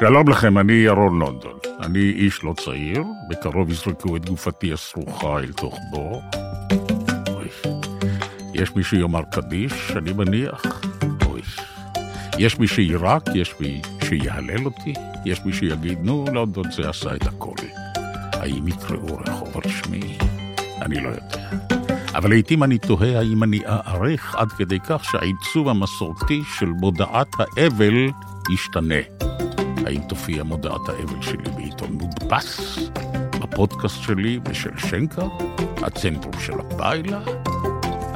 שלום לכם, אני ירון לונדון. אני איש לא צעיר, בקרוב יזרקו את גופתי הסרוחה אל תוך בור. אוי. יש מי שיאמר קדיש, אני מניח. אוי. יש מי שיירק, יש מי שיהלל אותי, יש מי שיגיד, נו, לונדון זה עשה את הכל. האם יקראו רחוב על שמי? אני לא יודע. אבל לעתים אני תוהה האם אני אערך עד כדי כך שהעיצוב המסורתי של מודעת האבל ישתנה. האם תופיע מודעת האבל שלי בעיתון מודפס, בפודקאסט שלי בשל שנקר, הצנטרום של הביילה?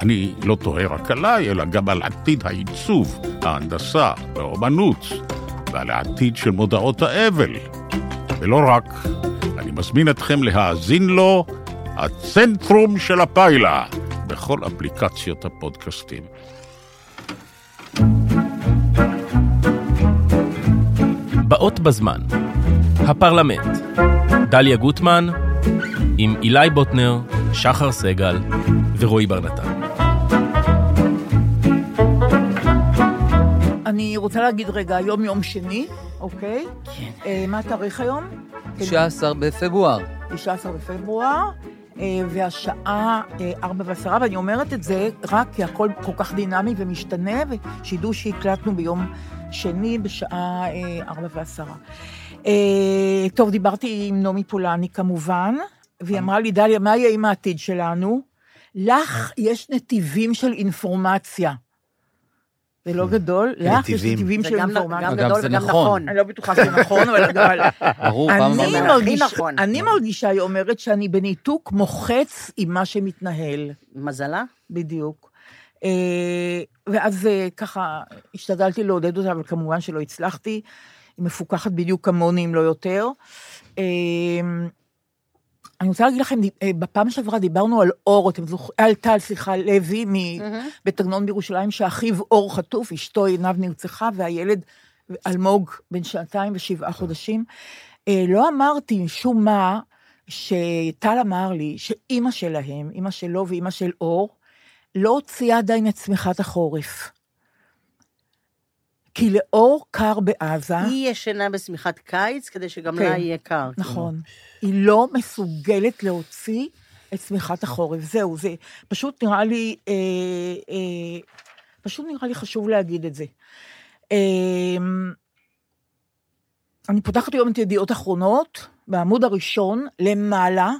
אני לא תוהה רק עליי, אלא גם על עתיד העיצוב, ההנדסה והאומנות, ועל העתיד של מודעות האבל. ולא רק, אני מזמין אתכם להאזין לו, הצנטרום של הפיילה, בכל אפליקציות הפודקאסטים. באות בזמן. הפרלמנט. דליה גוטמן, עם אילי בוטנר, שחר סגל ורועי בר נתן. אני רוצה להגיד רגע, היום יום שני, אוקיי? כן. אה, מה התאריך היום? 19 בפברואר. 19 בפברואר, אה, והשעה אה, 4 ועשרה, ואני אומרת את זה רק כי הכל כל כך דינמי ומשתנה, ושידעו שהקלטנו ביום שני בשעה אה, 4 ועשרה. אה, טוב, דיברתי עם נעמי פולני כמובן, והיא אמרה לי, דליה, מה יהיה עם העתיד שלנו? לך יש נתיבים של אינפורמציה. זה לא גדול, לך יש נתיבים. נתיבים זה של גם נ- אינפורמציה. גם Hmm. אגב, גדול זה וגם נכון. נכון. אני לא בטוחה שזה נכון, אבל... אבל ברור, פעם אני אמרנו- אומר, הכי מרגישה, נכון. אני מרגישה, היא אומרת, שאני בניתוק מוחץ עם מה שמתנהל, מזלה? בדיוק. אה, ואז אה, ככה השתדלתי לעודד אותה, אבל כמובן שלא הצלחתי. היא מפוקחת בדיוק כמוני, אם לא יותר. אה, אני רוצה להגיד לכם, אה, בפעם שעברה דיברנו על אור, אתם זוכרים, על טל, סליחה, לוי, מ- בית עגנון בירושלים, שאחיו אור חטוף, אשתו עיניו נרצחה, והילד אלמוג, בן שנתיים ושבעה חודשים. אה, לא אמרתי משום מה שטל אמר לי שאימא שלהם, אימא שלו ואימא של אור, לא הוציאה עדיין את צמיחת החורף. כי לאור קר בעזה, היא ישנה בשמיכת קיץ, כדי שגם אה? כן. לה יהיה קר. כאילו. נכון, היא לא מסוגלת להוציא את צמיחת החורף. זהו, זה פשוט נראה לי, אה, אה, פשוט נראה לי חשוב להגיד את זה. אה, אני פותחת היום את ידיעות אחרונות, בעמוד הראשון, למעלה,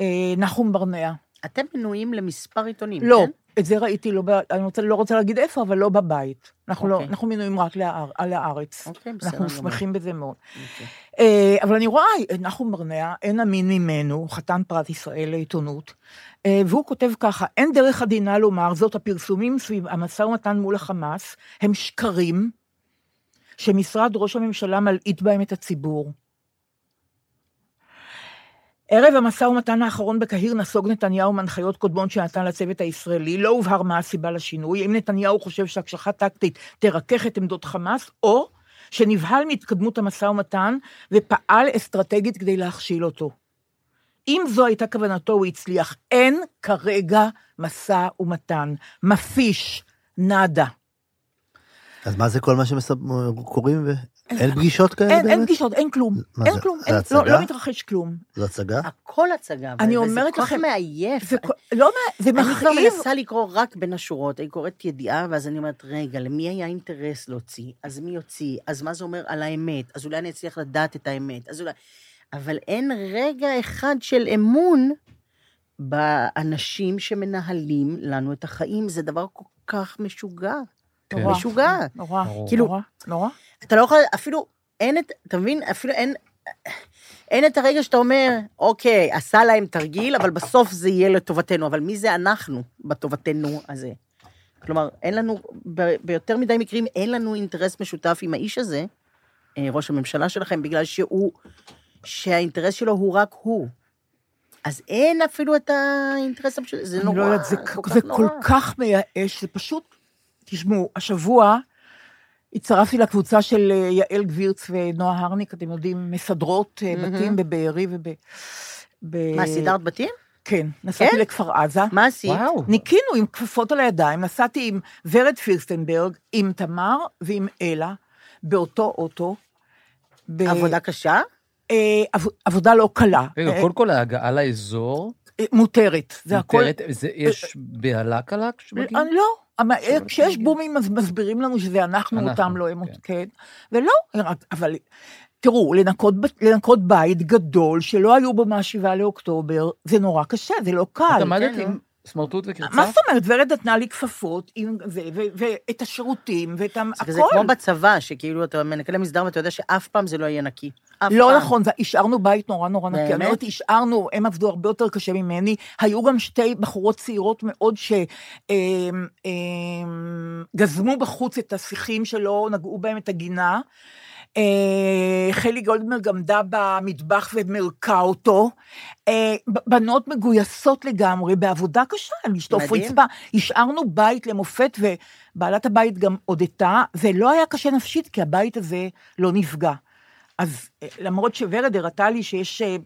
אה, נחום ברנע. אתם מנויים למספר עיתונים, לא, כן? את זה ראיתי, לא, ב- אני רוצה, לא רוצה להגיד איפה, אבל לא בבית. אנחנו, לא, אוקיי. אנחנו מינויים רק להאר, על הארץ. אוקיי, בסדר אנחנו גמור. שמחים בזה מאוד. אוקיי. אה, אבל אני רואה, נחום ברנע, אין אמין ממנו, הוא חתן פרס ישראל לעיתונות, אה, והוא כותב ככה, אין דרך עדינה לומר זאת, הפרסומים סביב המשא ומתן מול החמאס הם שקרים, שמשרד ראש הממשלה מלעיט בהם את הציבור. ערב המשא ומתן האחרון בקהיר נסוג נתניהו מהנחיות קודמות שנתן לצוות הישראלי, לא הובהר מה הסיבה לשינוי, אם נתניהו חושב שהקשחה טקטית תרכך את עמדות חמאס, או שנבהל מהתקדמות המשא ומתן ופעל אסטרטגית כדי להכשיל אותו. אם זו הייתה כוונתו, הוא הצליח. אין כרגע משא ומתן. מפיש, נאדה. אז מה זה כל מה שקוראים? אין פגישות כאלה אין, באמת? אין פגישות, אין כלום. מה אין זה- כלום, זה אין, לא, הצגה? לא מתרחש כלום. זו הצגה? אה, הכל הצגה, אבל אני וזה אומרת כל כך לכם- מעייף. זה, כל- לא, מה- זה אני כבר מכאיב. מנסה לקרוא רק בין השורות, אני קוראת ידיעה, ואז אני אומרת, רגע, למי היה אינטרס להוציא? אז מי יוציא? אז מה זה אומר על האמת? אז אולי אני אצליח לדעת את האמת, אז אולי... אבל אין רגע אחד של אמון באנשים שמנהלים לנו את החיים, זה דבר כל כך משוגע. נורא, משוגע. נורא, כאילו- נורא, נורא. אתה לא יכול, אפילו אין את, אתה מבין? אפילו אין... אין את הרגע שאתה אומר, אוקיי, עשה להם תרגיל, אבל בסוף זה יהיה לטובתנו. אבל מי זה אנחנו בטובתנו הזה? כלומר, אין לנו, ב- ביותר מדי מקרים, אין לנו אינטרס משותף עם האיש הזה, אה, ראש הממשלה שלכם, בגלל שהוא, שהאינטרס שלו הוא רק הוא. אז אין אפילו את האינטרס המשותף, זה אני נורא, לא יודעת, זה כל זה כך כל נורא. כך מייאש, זה פשוט... תשמעו, השבוע הצטרפתי לקבוצה של אה, יעל גבירץ ונועה הרניק, אתם יודעים, מסדרות אה, בתים בבארי וב... ב- מה, סידרת בתים? כן, נסעתי כן? לכפר עזה. מה עשית? ניקינו עם כפפות על הידיים, נסעתי עם ורד פירסטנברג, עם תמר ועם אלה, באותו אוטו. ב- עבודה קשה? אה, עב, עבודה לא קלה, רגע, אה, קודם כל ההגעה לאזור, אה, מותרת, זה הכל... אה, מותרת, זה- יש בהלה קלה כשמגיעים? אני לא, אבל כשיש בומים אז מסבירים לנו שזה אנחנו אנחנו, אותם, לא הם אותם, כן. כן. ולא, רק- אבל תראו, לנקות בת- לנקות בית גדול שלא היו בו מה-7 לאוקטובר, זה נורא קשה, זה לא קל. את עמדת כן, עם סמרטוט וקרצה? אה. מה זאת אומרת, ורד נתנה לי כפפות עם זה, ו- ואת השירותים, ואת ה- זה הכל. כמו בצבא, שכאילו אתה מנקה למסדר ואתה יודע שאף פעם זה לא יהיה נקי. אף לא פעם. נכון, זה- השארנו בית נורא נורא נקי. אני באמת? אומרת, השארנו, הם עבדו הרבה יותר קשה ממני. היו גם שתי בחורות צעירות מאוד שגזמו בחוץ את השיחים שלא נגעו בהם את הגינה. אה, חלי גולדברג עמדה במטבח ומרקה אותו. אה, ב- בנות מגויסות לגמרי, בעבודה קשה, לשטוף מדהים. רצפה. השארנו בית למופת, ובעלת הבית גם הודתה, זה לא היה קשה נפשית, כי הבית הזה לא נפגע. אז אה, למרות שוורד הראתה לי שיש אה,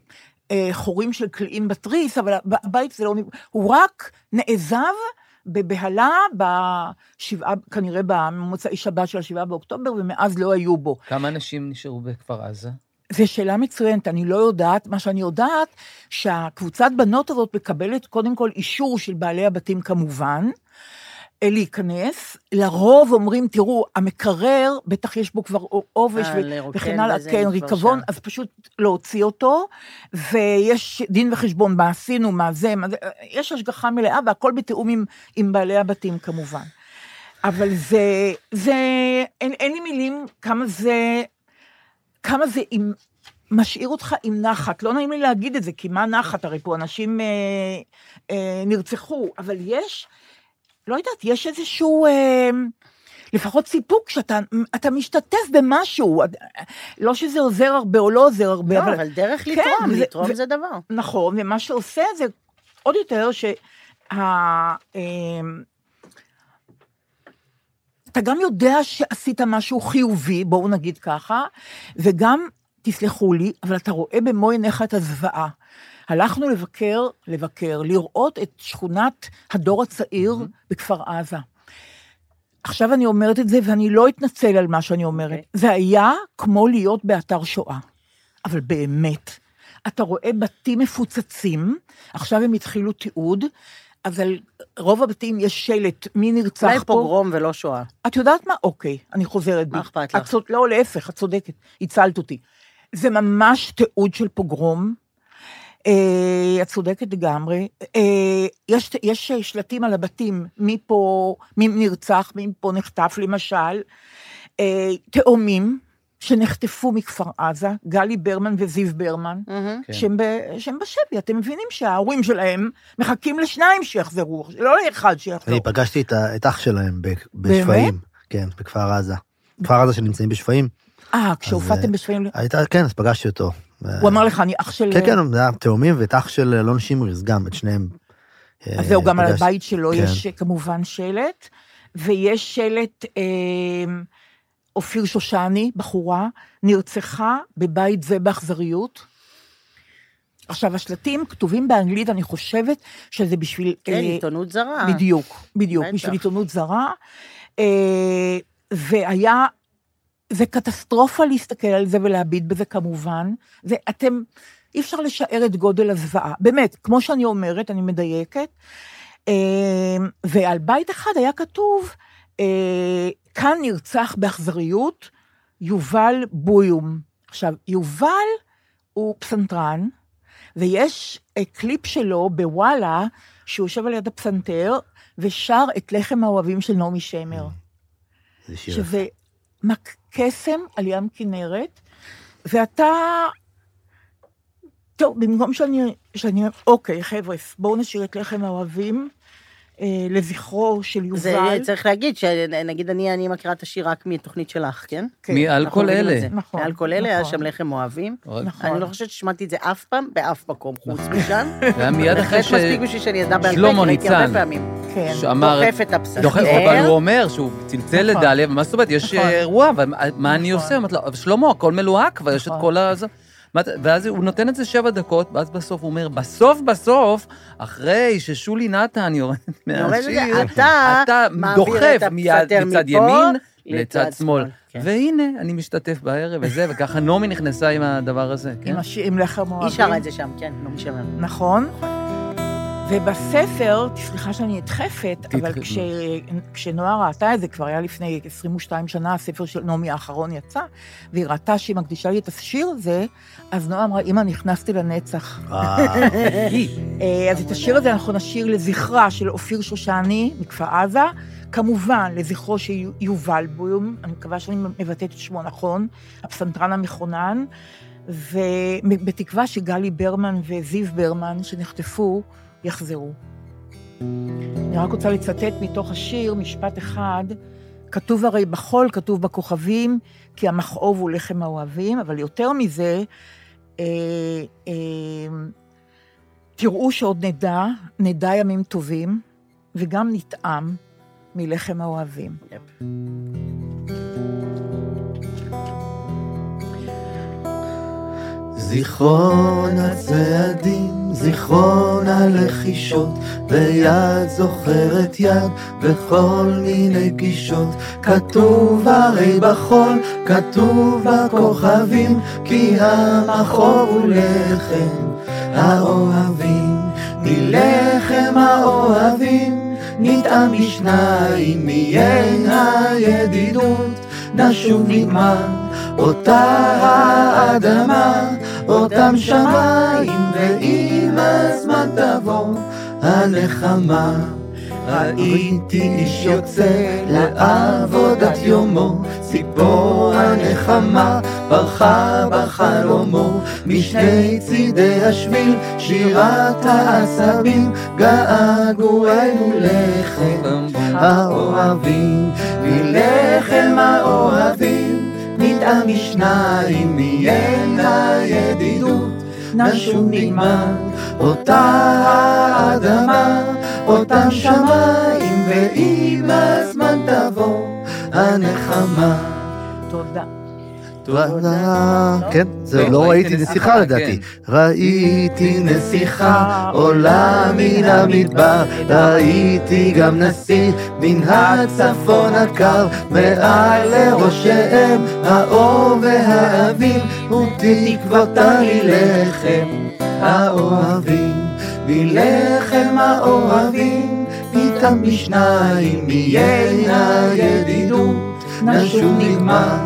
אה, חורים של קליעים בתריס, אבל הב- הבית זה לא... נב- הוא רק נעזב בבהלה בשבעה, כנראה במוצאי שבת של השבעה באוקטובר, ומאז לא היו בו. כמה אנשים נשארו בכפר עזה? זו שאלה מצוינת, אני לא יודעת. מה שאני יודעת, שהקבוצת בנות הזאת מקבלת קודם כל אישור של בעלי הבתים כמובן, אה, להיכנס. לרוב אומרים, תראו, המקרר, בטח יש בו כבר ע- עובש אה, ו- לרוקן וכן הלאה, וזה, כן, אני כבר ריקבון, שם. אז פשוט להוציא אותו, ויש דין וחשבון, מה עשינו, מה זה, מה זה, אה, יש השגחה מלאה, והכל בתיאום עם, עם בעלי הבתים כמובן. אבל זה, זה, אין, אין לי מילים כמה זה כמה זה עם, משאיר אותך עם נחת. לא נעים לי להגיד את זה, כי מה נחת? הרי פה אנשים אה, אה, נרצחו, אבל יש, לא יודעת, יש איזשהו... אה, לפחות סיפוק שאתה אתה משתתף במשהו, לא שזה עוזר הרבה או לא עוזר הרבה, לא, אבל דרך כן, לתרום, זה- לתרום זה- זה דבר. נכון, ומה שעושה זה עוד יותר שה... אמ, אתה גם יודע שעשית משהו חיובי, בואו נגיד ככה, וגם, תסלחו לי, אבל אתה רואה במו עיניך את הזוועה. הלכנו לבקר, לבקר, לראות את שכונת הדור הצעיר בכפר עזה. עכשיו אני אומרת את זה, ואני לא אתנצל על מה שאני אומרת. זה היה כמו להיות באתר שואה. אבל באמת, אתה רואה בתים מפוצצים, עכשיו הם התחילו תיעוד, אז על רוב הבתים יש שלט, מי נרצח אולי פה. פוגרום ולא שואה. את יודעת מה? אוקיי, אני חוזרת בי. מה אכפת את לך? צוד... לא, להפך, את צודקת, הצלת אותי. זה ממש תיעוד של פוגרום. אה, את צודקת לגמרי. אה, יש, יש אה, שלטים על הבתים, מי פה, מי נרצח, מי פה נחטף, למשל. אה, תאומים שנחטפו מכפר עזה, גלי ברמן וזיו ברמן. כן. שהם, ב, שהם בשבי, אתם מבינים שההורים שלהם מחכים לשניים שיחזרו, לא לאחד שיחזור. אני פגשתי את ה- את אח שלהם ב- בשפיים. כן, בכפר עזה. כפר עזה שנמצאים בשפיים. אה, אז, אה, כשהופעתם בשפיים, הייתה, כן, אז פגשתי אותו. הוא אמר לך, אני אח של... כן, כן, זה היה תאומים ואת אח של אלון שמריז גם, את שניהם. אה, אז זהו, גם על פגשתי. הבית שלו כן. יש אה, כמובן שלט, ויש שלט, אה, אופיר שושני, בחורה, נרצחה בבית זה באכזריות. עכשיו, השלטים כתובים באנגלית, אני חושבת שזה בשביל... כן, אה, עיתונות זרה. בדיוק, בדיוק, בטח. בשביל עיתונות זרה. אה, והיה, זה קטסטרופה להסתכל על זה ולהביט בזה כמובן. זה, אתם, אי אפשר לשער את גודל הזוועה. באמת, כמו שאני אומרת, אני מדייקת. אה, ועל בית אחד היה כתוב, אה, כאן נרצח באכזריות יובל בויום. עכשיו, יובל הוא פסנתרן, ויש אה, קליפ שלו בוואלה, שהוא יושב על יד הפסנתר, ושר את לחם האוהבים של נעמי שמר. זה שיר. שזה מק- קסם על ים כנרת, ואתה... טוב, במקום שאני... שאני אוקיי, חבר'ה, בואו נשאיר את לחם האוהבים אה, לזכרו של יובל. זה צריך להגיד, שנגיד אני, אני מכירה את השיר רק מתוכנית שלך, כן? כן, מעל אנחנו כל יודעים את אלה. זה. נכון. מעל כל אלה היה נכון. שם לחם אוהבים. עוד- נכון. אני לא חושבת ששמעתי את זה אף פעם, באף מקום חוץ משם. זה היה נכון. מיד אחרי בהחלט ש... מספיק בשביל שאני אדע בעל פה, שלמה כי ראיתי הרבה ניצן. פעמים. כן. שאמר... דוחף את הפסנתר. דוחף, אבל הוא אומר שהוא צלצל נכון. לדליה, ומה זאת אומרת, יש נכון. אה, אירוע, אבל מה- מה אני נכון. עושה? אמרתי לו, "אבל שלמה, הכל מלוהק, ויש את נכון. כל ה... זה." מה אתה- ואז הוא נותן את זה שבע דקות, ואז בסוף הוא אומר, בסוף בסוף, אחרי ששולי נתן יורדת יורד מהשיר, אה, לזה, אתה מעביר דוחף את הפסנתר מיד מצד מפה ימין לצד לצד שמאל. שמאל, כן. והנה, אני משתתף בערב וזה, וככה נעמי נכנסה עם הדבר הזה. כן? עם השיר, עם לחם אוהבים. היא שרה את זה שם, כן, לא משנה. נכון. ובספר, סליחה שאני נדחפת, אבל תדחפי. כש, כשנועה ראתה את זה, כבר היה לפני 22 שנה, הספר של נעמי האחרון יצא, והיא ראתה שהיא מקדישה לי את השיר הזה, אז נועה אמרה, אמא, נכנסתי לנצח. וואו. אה, אז את השיר הזה אנחנו נשיר לזכרה של אופיר שושני מכפר עזה, כמובן לזכרו של יו- יובל בויום, אני מקווה שאני מבטאת את שמו נכון, הפסנתרן המכונן, ובתקווה שגלי ברמן וזיו ברמן, שנחטפו, יחזרו. אני רק רוצה לצטט מתוך השיר משפט אחד, כתוב הרי בחול, כתוב בכוכבים, כי המכאוב הוא לחם האוהבים, אבל יותר מזה, אה, אה, תראו שעוד נדע, נדע ימים טובים, וגם נטעם מלחם האוהבים. יפ. זיכרון הצעדים, זיכרון הלחישות, ויד זוכרת יד בכל מיני גישות. כתוב הרי בחול, כתוב בכוכבים, כי המחור הוא לחם האוהבים. מלחם האוהבים נטעם משניים, מיין הידידות נשוב נגמר. אותה האדמה, אותם שמיים, ועם הזמן תבוא הנחמה. ראיתי איש יוצא לעבודת יומו, ציפור הנחמה ברחה בחלומו, משני צידי השביל שירת העשבים, געגוענו לחם האוהבים, מלחם האוהבים, נטעם משניים, מיין הידידות, נשום נגמר, אותה האדמה, אותם שמיים, ועם הזמן תבוא הנחמה. תודה. תודה. כן, זה טוב, לא ראיתי נסיכה, נסיכה לדעתי. ראיתי נסיכה עולה מן המדבר, ראיתי גם נסיך מן הצפון הקר, מעל לראשיהם האור והאביב, ותקוותה היא לחם האוהבים, מלחם האוהבים, פתאום משניים, מיין הידידות, נשוב נגמר.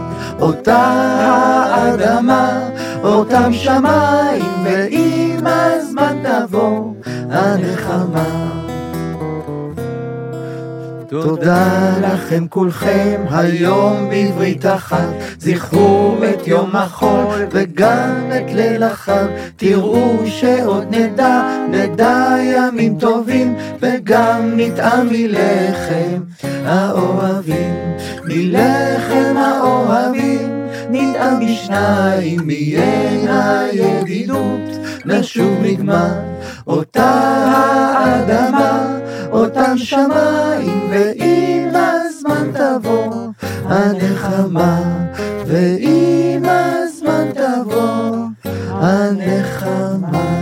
אותה האדמה, אותם שמיים, ועם הזמן תבוא הנחמה. תודה לכם כולכם היום בברית אחת, זכרו את יום החול וגם את ליל החג, תראו שעוד נדע, נדע ימים טובים, וגם נטעם מלחם האוהבים, מלחם האוהבים. נטעם בשניים, מיין הידידות, נשוב נגמר, אותה האדמה, אותם שמיים, ועם הזמן תבוא הנחמה, ועם הזמן תבוא הנחמה.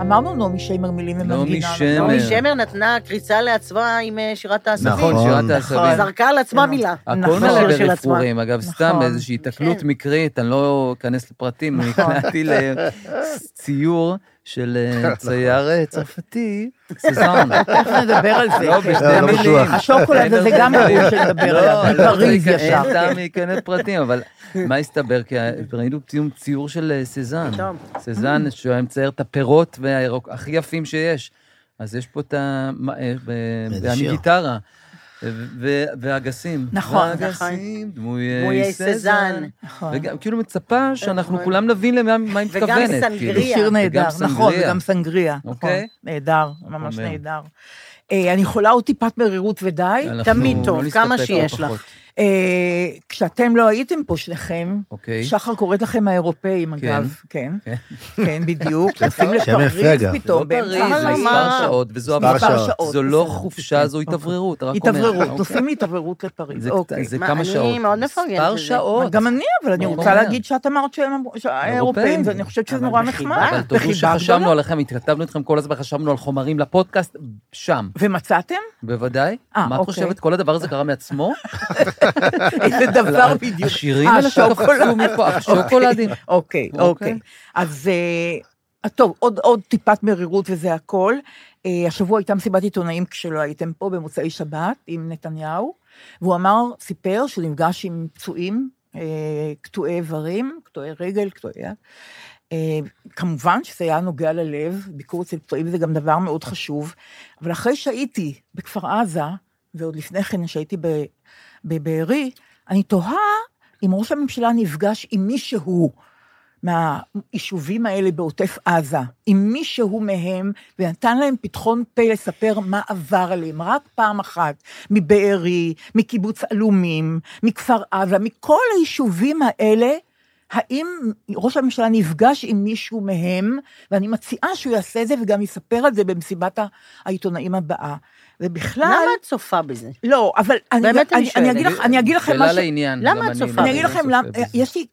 אמרנו נעמי שמר מילים הם נעמי המדינה. שמר. נכון? נעמי שמר נתנה קריצה לעצמה עם אה, שירת העשבים. נכון, שירת היא העשבים. זרקה על עצמה מילה. הכל נכון. השיר של מלא עצמה. כן. רפרורים, אגב, סתם נכון, איזושהי תקלות מקרית, אני לא אכנס לפרטים, אני נכון. נקלעתי לציור של אה, צייר אה, צרפתי, סזן. תכף נדבר על זה. לא, כן. בשתי לא מילים. בטוח. השוקולד הזה גם ברור שנדבר לא, עליו, לא, פריז לא, ישר. כן. סתם להיכנס לפרטים, אבל מה הסתבר? כי ראינו ציום- ציור של אה, סזן. פתאום. Mm. סזן, שהוא היה מצייר את הפירות והירוק הכי יפים שיש. אז יש פה את ה... מה, אה, ב- איזה ואני שיר. גיטרה. ו- ו- ואגסים. נכון, נכון. ואגסים, דמויי דמויי סזן. סזן. נכון. אה, וגם, כאילו מצפה שאנחנו נכון. כולם נבין למה מה היא וגם מתכוונת. כאילו. סנגריה. שיר נהדר, וגם נכון, סנגריה. וגם סנגריה, נכון. אוקיי. נהדר, ממש אומר. נהדר. אה, אני חולה עוד טיפת מרירות ודי. אנחנו תמיד לא טוב, כמה נסתפק שיש בפחות. לך. אה, כשאתם לא הייתם פה שניכם, אוקיי. שחר קוראת לכם האירופאים, כן. אגב, כן, כן, בדיוק, יוצאים שם יפה לפריז גם. לא פתאום, בריא, באמצע זה הלילה. מספר שעות, וזו מספר עבודה. שעות. זו לא חופשה, זו התאווררות. רק אומר. אוקיי. התאווררות, אוקיי. עושים לי התאווררות לפריז, זה- אוקיי. זה מה, כמה אני שעות. מאוד מפרגנת מספר לזה. שעות. לא גם אני, אבל אני ברור. רוצה ברור. להגיד שאת אמרת שהם אמרו- שהאירופאים, אירופאים. ואני חושבת שזה אבל נורא בחיבה. נחמד. אבל תודו בחיבה שחשבנו גדולה. עליכם, התכתבנו איתכם כל הזמן, חשבנו על חומרים לפודקאסט, שם, ומצאתם? בוודאי. אה, מה את אוקיי. חושבת, כל הדבר הזה קרה מעצמו? איזה דבר בדיוק. השירים אה, האלה שקפצו שוקולד. מפה, השוקולדים. אוקיי, אוקיי. אוקיי. אז אה, טוב, עוד, עוד טיפת מרירות וזה הכל. אה, השבוע הייתה מסיבת עיתונאים כשלא הייתם פה במוצאי שבת עם נתניהו, והוא אמר, סיפר שהוא נפגש עם פצועים, אה, קטועי איברים, קטועי רגל, קטועי יד. אה, כמובן שזה היה נוגע ללב, ביקור אצל פצועים זה גם דבר מאוד חשוב, אבל אחרי שהייתי בכפר עזה, ועוד לפני כן שהייתי ב- בבארי, אני תוהה אם ראש הממשלה נפגש עם מישהו מהיישובים האלה בעוטף עזה, עם מישהו מהם, ונתן להם פתחון פה לספר מה עבר עליהם, רק פעם אחת, מבארי, מקיבוץ עלומים, מכפר עזה, מכל היישובים האלה, האם ראש הממשלה נפגש עם מישהו מהם, ואני מציעה שהוא יעשה את זה וגם יספר על זה במסיבת ה- העיתונאים הבאה. ובכלל... למה את צופה בזה? לא, אבל אני, באמת אני אני, אני, אגיד שואלת. לך, אני אגיד לכם שאלה משהו, לעניין. למה גם את אני צופה? לא אני אגיד צופה לכם למה, בזה. יש לי,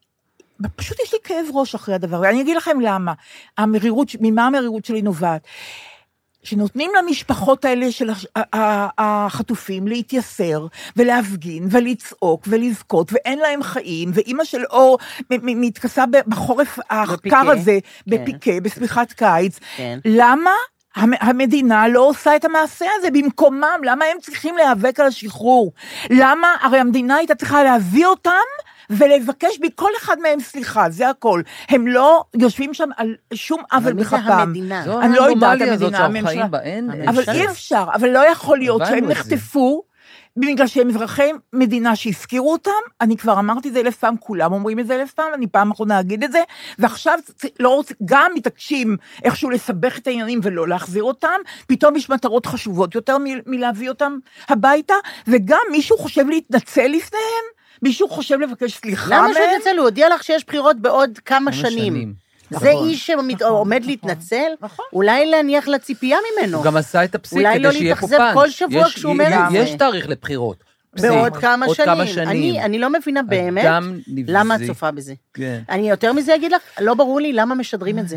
פשוט יש לי כאב ראש אחרי הדבר, אני אגיד לכם למה. המרירות, ש- ממה המרירות שלי נובעת? שנותנים למשפחות האלה של הש- ה- ה- החטופים להתייסר, ולהפגין, ולצעוק, ולבכות, ואין להם חיים, ואימא של אור מ- מ- מתכסה ב- בחורף הקר בפיקה. הזה, בפיקה, בשמיכת קיץ. כן. למה המ- המדינה לא עושה את המעשה הזה במקומם? למה הם צריכים להיאבק על השחרור? למה, הרי המדינה הייתה צריכה להביא אותם ולבקש מכל אחד מהם סליחה, זה הכל. הם לא יושבים שם על שום עוול אבל מי זה בכפם. המדינה? זו אני לא יודעת, האנומליה הזאת המדינה, שאנחנו הממשלה. חיים בה, אין... אין כן, אבל שם. אי אפשר, אבל לא יכול להיות הבנו שהם את זה. נחטפו. בגלל שהם אזרחי מדינה שהפקירו אותם, אני כבר אמרתי את זה אלף פעם, כולם אומרים את זה אלף פעם, אני פעם אחרונה אגיד את זה, ועכשיו צ- לא רוצים, גם מתעקשים איכשהו לסבך את העניינים ולא להחזיר אותם, פתאום יש מטרות חשובות יותר מ- מלהביא אותם הביתה, וגם מישהו חושב להתנצל לפניהם, מישהו חושב לבקש סליחה מהם. למה שהוא יתנצל? הוא הודיע לך שיש בחירות בעוד כמה כמה שנים. נכון. זה איש שעומד נכון, להתנצל? נכון. אולי להניח לציפייה ממנו. הוא גם עשה את הפסיק, אולי כדי לא שיהיה פה פאנץ'. להתאכזב כל שבוע יש- כשהוא אומר יש- את זה. יש תאריך לבחירות. פסיק. בעוד כמה עוד כמה שנים. שנים. אני- אני לא מבינה באמת אדם נבזי. למה את צופה בזה. כן. אני יותר מזה אגיד לך, לא ברור לי למה משדרים את זה.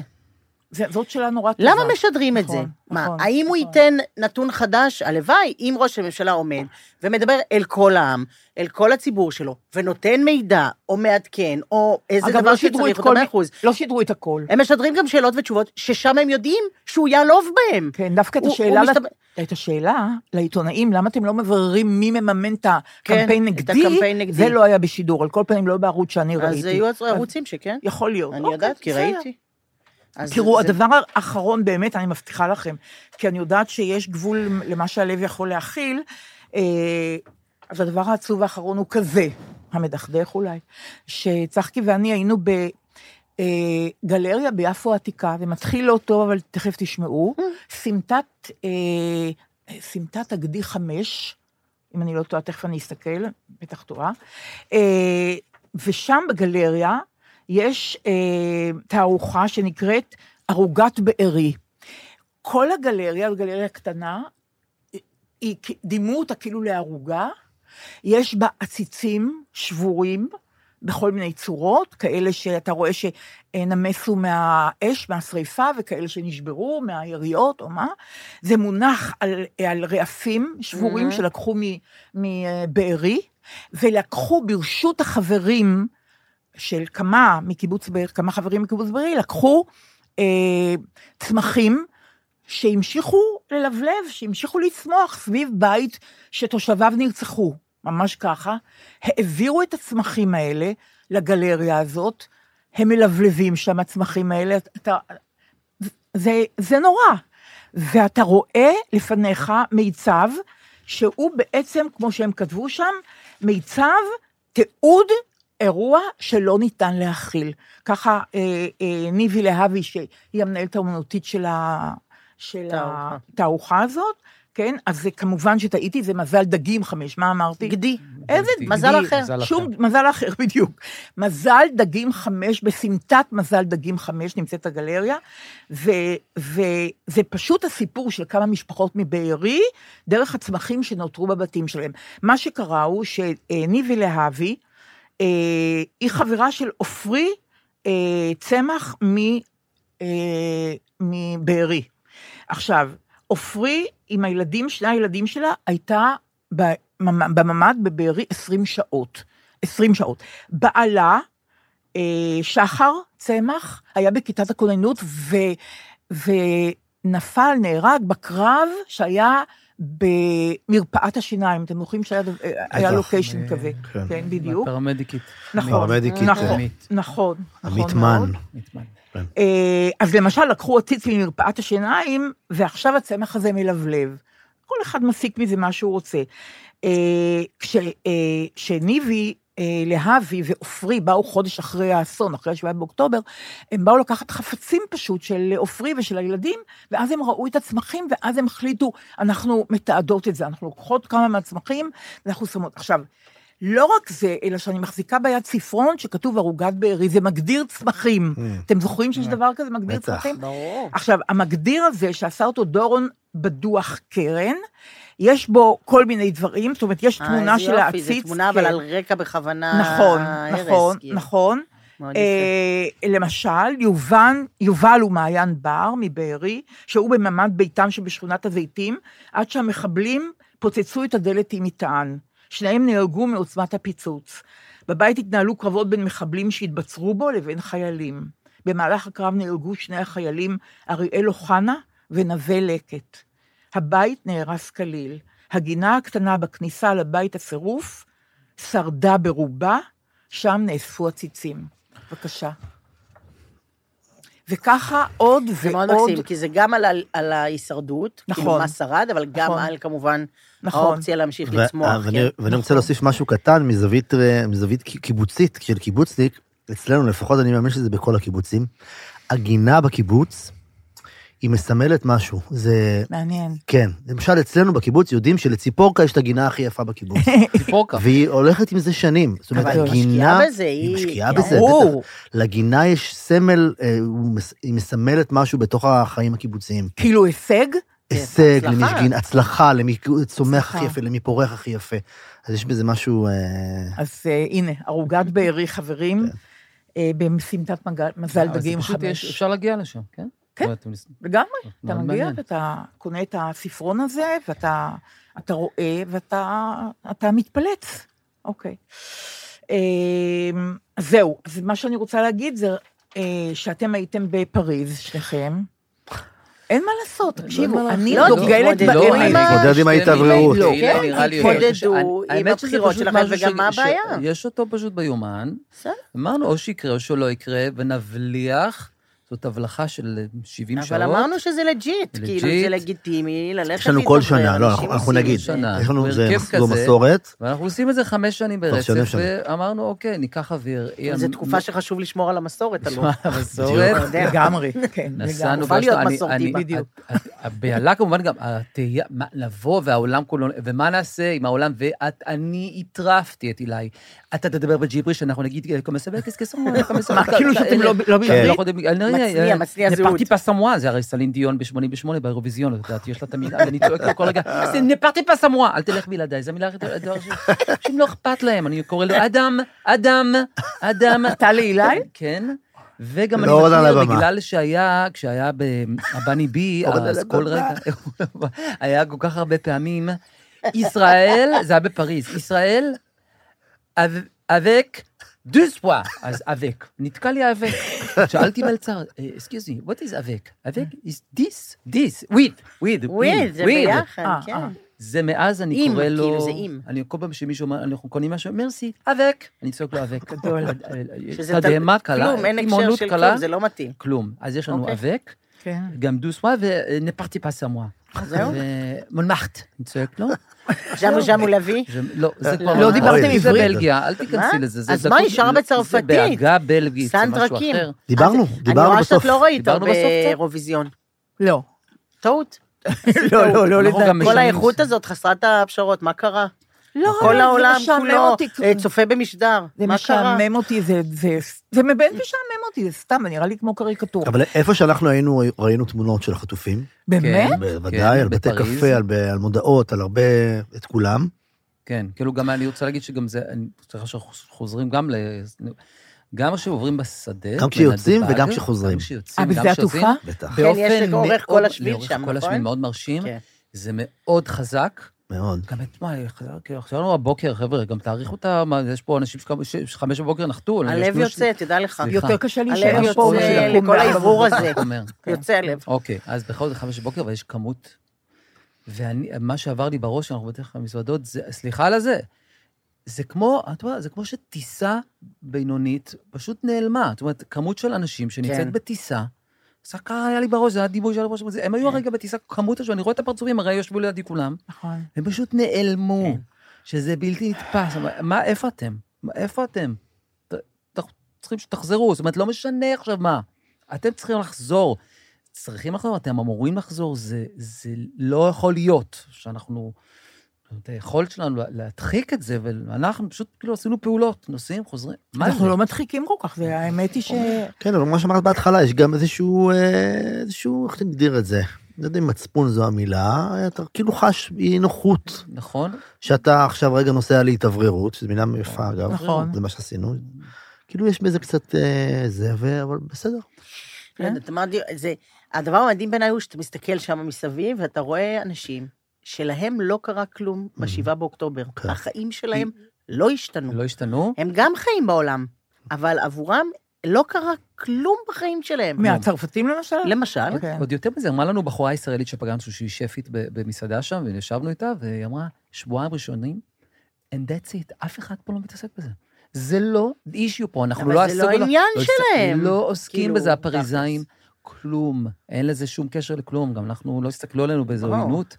זה- זאת שאלה נורא טובה. למה משדרים את זה? נכון, מה, נכון, האם הוא נכון. ייתן נתון חדש? הלוואי, אם ראש הממשלה עומד ומדבר אל כל העם, אל כל הציבור שלו, ונותן מידע, או מעדכן, או איזה אגב, דבר לא שידרו שצריך את אותו כל- מאה אחוז. לא שידרו את הכל. הם משדרים גם שאלות ותשובות, ששם הם יודעים שהוא יעלוב בהם. כן, דווקא את הוא- השאלה, הוא לת- מסתבר- את השאלה לעיתונאים, למה אתם לא מבררים מי מממן את הקמפיין כן, את נגדי, הקמפיין נגדי. זה לא היה בשידור, על כל פנים לא בערוץ שאני ראיתי. אז היו ערוצים שכן, יכול להיות. אני אוקיי, יודעת, כי בסדר. ראיתי. אז תראו, זה- הדבר האחרון באמת, אני מבטיחה לכם, כי אני יודעת שיש גבול למה שהלב יכול להכיל, אה, אז הדבר העצוב האחרון הוא כזה, המדכדך אולי, שצחקי ואני היינו בגלריה ביפו העתיקה, ומתחיל לא טוב, אבל תכף Mm. תשמעו, סמטת, אה, סמטת הגדי חמש, אם אני לא טועה, תכף אני אסתכל, בטח טועה. אה, ושם בגלריה יש אה, תערוכה שנקראת ערוגת בארי. כל הגלריה, זו גלריה קטנה, היא- היא, כ- דימו אותה כאילו לערוגה, יש בה עציצים שבורים בכל מיני צורות, כאלה שאתה רואה שנמסו מהאש, מהשריפה, וכאלה שנשברו מהיריות או מה. זה מונח על, על רעפים שבורים שלקחו מ- מבארי, ולקחו ברשות החברים של כמה מקיבוץ בארי, כמה חברים מקיבוץ בארי, לקחו אה, צמחים שהמשיכו ללבלב, שהמשיכו לצמוח סביב בית שתושביו נרצחו, ממש ככה. העבירו את הצמחים האלה לגלריה הזאת, הם מלבלבים שם, הצמחים האלה, אתה, זה, זה נורא. ואתה רואה לפניך מיצב, שהוא בעצם, כמו שהם כתבו שם, מיצב, תיעוד אירוע שלא ניתן להכיל. ככה אה, אה, ניבי להבי, שהיא המנהלת האומנותית של, ה, של תערוכה. התערוכה הזאת, כן? אז זה כמובן שטעיתי, זה מזל דגים חמש, מה אמרתי? גדי. איזה מזל גדי? אחר. מזל שום מזל אחר, בדיוק. מזל דגים חמש, בסמטת מזל דגים חמש נמצאת הגלריה, ו- וזה פשוט הסיפור של כמה משפחות מבארי, דרך הצמחים שנותרו בבתים שלהם. מה שקרה הוא שניבי להבי, אה, היא חברה של עופרי אה, צמח מ- אה, מבארי. עכשיו, עופרי עם הילדים, שני הילדים שלה, הייתה בממ- בממ"ד בבארי 20 שעות. 20 שעות. בעלה, אה, שחר צמח, היה בכיתת הכוננות ו, ונפל, נהרג בקרב שהיה במרפאת השיניים. אתם זוכרים שהיה דו- אה, היה בטח. לוקיישן כזה. כן. כן, בדיוק. פרמדיקית. נכון, פרמדיקית, כן. נכון, עמית. נכון, אה. עמית נכון מאוד. מן. אה, אז למשל, לקחו עציץ ממרפאת השיניים, ועכשיו הצמח הזה מלבלב. כל אחד מסיק מזה מה שהוא רוצה. אה, כשניבי, אה, להבי ועופרי באו חודש אחרי האסון, אחרי השבעה באוקטובר, הם באו לקחת חפצים פשוט של עופרי ושל הילדים, ואז הם ראו את הצמחים, ואז הם החליטו, אנחנו מתעדות את זה, אנחנו לוקחות כמה מהצמחים, ואנחנו שמות. עכשיו, לא רק זה, אלא שאני מחזיקה ביד ספרון שכתוב ערוגת בארי, זה מגדיר צמחים. אתם זוכרים שיש דבר כזה, מגדיר בטח. צמחים? ברור. עכשיו, המגדיר הזה שעשה אותו דורון בדוח קרן, יש בו כל מיני דברים, זאת אומרת, יש אה, תמונה איזה של יופי, העציץ. זו תמונה, אבל כן. על רקע בכוונה... נכון, הרס, נכון, כאילו. נכון. מאוד יפה. אה, למשל, יובן, יובל הוא מעיין בר מבארי, שהוא בממ"ד ביתם שבשכונת הזיתים, עד שהמחבלים פוצצו את הדלת עם מטען. שניהם נהרגו מעוצמת הפיצוץ. בבית התנהלו קרבות בין מחבלים שהתבצרו בו לבין חיילים. במהלך הקרב נהרגו שני החיילים, אריאל אוחנה ונווה לקט. הבית נהרס כליל. הגינה הקטנה בכניסה לבית הצירוף שרדה ברובה, שם נאספו הציצים. בבקשה. וככה עוד זה מאוד ועוד. מקסים, כי זה גם על, ה- על ההישרדות, כאילו נכון. מה שרד, אבל גם נכון. על כמובן נכון. האופציה להמשיך ו- לצמוח. אה, ואני- כן. ואני רוצה להוסיף משהו קטן מזווית, אה, מזווית ק- קיבוצית, של קיבוצניק, אצלנו לפחות, אני מאמין שזה בכל הקיבוצים. הגינה בקיבוץ, היא מסמלת משהו. זה, מעניין. כן, למשל אצלנו בקיבוץ יודעים שלציפורקה יש את הגינה הכי יפה בקיבוץ. ציפורקה. והיא הולכת עם זה שנים. זאת אומרת, אבל היא הגינה... משקיעה בזה, היא היא- משקיעה כן. בזה, בטח. לגינה יש סמל, אה, הוא מס- היא מסמלת משהו בתוך החיים הקיבוציים. כאילו הישג? הישג, הצלחה. למי שגין- הצלחה, למי צומח הצלחה. הכי יפה, למי פורח הכי יפה. אז יש בזה משהו... אה, אז אה, הנה, ערוגת בארי, חברים, כן. אה, בסמטת מגל- מזל אבל זה דגים אה, פשוט יש- חמש. אפשר להגיע לשם, כן? כן. אבל אתם- לגמרי, מאוד אתה מגיע מעניין. ואתה קונה את הספרון הזה, ואתה אתה רואה ואתה אתה מתפלץ. אוקיי. אמ, אז זהו, אז מה שאני רוצה להגיד זה אה, שאתם הייתם בפריז, שניכם. אין מה לעשות, תקשיבו, מה אני לעשות. לא, דוגלת תתמודדו באמת. עם ה- להתמודד עם אה, ההתאווררות. לא, כן, נראה לי- תתמודדו עם האמת שזה הבחירות פשוט שלכם, משהו וגם ש- מה ש- הבעיה? יש אותו פשוט ביומן, בסדר. אמרנו או שיקרה או שלא יקרה, ונבליח. זאת זאת הבלחה של 70 שעות. אבל אמרנו שזה לג'יט, לג'יט. כאילו זה לגיטימי ללכת יש לנו כל להיבחר, שנה, לא, אנשים אנחנו- אנחנו עושים את נגיד, זה. שנה. יש לנו, זה הרכב מס- זו כזה. מסורת, ואנחנו עשים את זה חמש שנים כבר ברצף, שנה שנה. ואמרנו, אוקיי, ניקח אוויר. היא זו המ- תקופה שחשוב לשמור על המסורת, הלוא. נשמע המסורת. אתה יודע. לגמרי, כן. נסענו, חובה ויש להיות לו- אני- מסורתי, אני- בדיוק. הת- הבהלה כמובן גם, התהייה, מה- לבוא והעולם כולו, ומה נעשה עם העולם, ואני הטרפתי את אילי. אתה תדבר בג'יבריש, אנחנו נגיד, "כמסבל קסקסון", "כמסבל מה, כאילו שאתם כאלה". לא- לא בעברית? כן, אנחנו יודעים- אני- מצניע, אה, מצניע זה זהות. פרטי פסמואה, זה הרי סלין דיון ב-88 באירוויזיון, את יודעת, יש לה את המילה, ואני צועק לה כל רגע, "זה נפרטי פסמואה, אל תלך בלעדיי, זה המילה הכי הדבר ש- שאם לא אכפת להם, אני קורא לו, אדם, אדם, אדם. טלי אילי? כן. וגם אני לא עוד על מכיר, הבמה. בגלל שהיה, כשהיה בבני בי, עוד אז על כל רגע, היה כל כך הרבה פעמים, ישראל, זה היה בפריז, ישראל, אב- אבק, דוספואה, אז אבק, נתקע לי האבק. שאלתי מלצר, אסקיוז me, what is אבק? אבק is this, this, with, with, וויד, זה ביחד, אה, כן. אה. זה מאז אני עם, קורא לו... כאילו, זה עם. אני כל פעם שמישהו אומר, אנחנו קונים משהו, מרסי, אבק. אני צועק לו אבק. גדול. שזה אה, תדהמה ת- קלה, כלום, אין הקשר טבעונות של קלה, כלום, זה לא מתאים. כלום. אז יש לנו אוקיי. אבק, כן. גם דו סווה ונפרטי פסמואה. זהו? מונמחט, אני צועק לו. ז'אמו ז'אמו לביא? זה- לא, אה, זה כבר... לא דיברתם אוי, זה עברית. בלגיה, אל תיכנסי מה? לזה. זה אז מה, דקות- נשאר לא, זה בצרפתית. בעגה בלגית, זה משהו סנטרקים. אחר. דיברנו, אני דיברנו רואה שאת בסוף. לא ראית דיברנו הרבה בסוף קצת? אירוויזיון. לא. טעות. לא, לא, לא אנחנו לדעת. גם כל משנים- האיכות הזאת חסרת הפשרות, מה קרה? לא, כל זה העולם משעמם כולו אותי. אה, צופה במשדר, זה מה קרה? משעמם אותי, זה- זה- זה באמת משעמם אותי, זה סתם, זה נראה לי כמו קריקטורה. כן. אבל איפה שאנחנו היינו, ראינו תמונות של החטופים, באמת? כן, בוודאי, על בתי בפריז. קפה, על ב- על מודעות, על הרבה, את כולם. כן, כאילו גם אני רוצה להגיד שגם זה, אני סליחה שחוזרים גם ל... גם כשעוברים בשדה, גם כשיוצאים בנתב"ג, וגם כשחוזרים. גם כשיוצאים, אה, גם בשדה כשעוזבים, התעופה? בטח, כן, יש באופן לאורך מאוד- כל השביל לאורך שם, כל השביל נכון? מאוד מרשים, כן. זה מאוד חזק. מאוד. גם אתמול, חזר- כאילו, חזרנו בבוקר, חבר'ה, גם תאריכו את ה... מה, יש פה אנשים שכמה- ש- שחמש בבוקר נחתו. אני- יש הלב לנו יוצא, תדע לך. סליחה. יותר קשה הלב להישאר פה. יוצא ולקום לכל ב- האוורור הזה. שני- אומר. יוצא הלב. כן, אוקיי, אז בכל זאת חמש בבוקר, ויש כמות. ומה שעבר לי בראש, אנחנו בדרך כלל במזוודות, זה, סליחה על הזה, זה כמו, את רואה, זה כמו שטיסה בינונית פשוט נעלמה. זאת אומרת, כמות של אנשים שנמצאת כן. בטיסה, זה ככה היה לי בראש, זה היה דיבור שהיה לי בראש, אבל זה- הם כן. היו הרגע בטיסה, כמות השם, אני רואה את הפרצופים, הרי ישבו לידי כולם, נכון. כן. הם פשוט נעלמו, שזה בלתי נתפס. אבל מה, איפה אתם? מה, איפה אתם? ת- אנחנו צריכים שתחזרו, זאת אומרת, לא משנה עכשיו מה. אתם צריכים לחזור. צריכים לחזור, אתם אמורים לחזור, זה, זה לא יכול להיות שאנחנו... את היכולת שלנו לה- להדחיק את זה, ואנחנו פשוט כאילו עשינו פעולות, נוסעים, חוזרים. מה זה? אנחנו לא מדחיקים כל כך, זה- האמת היא ש... כן, אבל מה שאמרת בהתחלה, יש גם איזשהו, אה, איזשהו, איך תגדיר את זה? לא יודע אם מצפון זו המילה, אתה כאילו חש אי נוחות נכון? שאתה עכשיו רגע נוסע להתאווררות, שזו מילה יפה אגב, נכון. זה מה שעשינו. כאילו יש בזה קצת אה, זה, ו- אבל בסדר. כן. לא יודעת, אמרתי, זה- הדבר המדהים בעיניי הוא שאתה מסתכל שם מסביב, ואתה רואה אנשים שלהם לא קרה כלום Mm. ב-7 באוקטובר. כן. החיים שלהם לא השתנו. לא השתנו. הם גם חיים בעולם, אבל עבורם לא קרה כלום בחיים שלהם. מהצרפתים למשל? למשל, אוקיי. עוד- כן. כן. עוד יותר מזה, אמרה לנו בחורה ישראלית שפגשנו, שהיא שפית ב- במסעדה שם, וישבנו איתה, והיא אמרה, שבועיים ראשונים, and that's it, אף אחד פה לא מתעסק בזה. זה לא אישיו פה, אנחנו אבל לא זה עסוק- לא העניין עסק- שלהם. לא עוסקים כאילו, בזה, הפריזאים, כלום. אין לזה שום קשר לכלום, גם אנחנו, לא הסתכלו עלינו באיזו ברור. עוינות.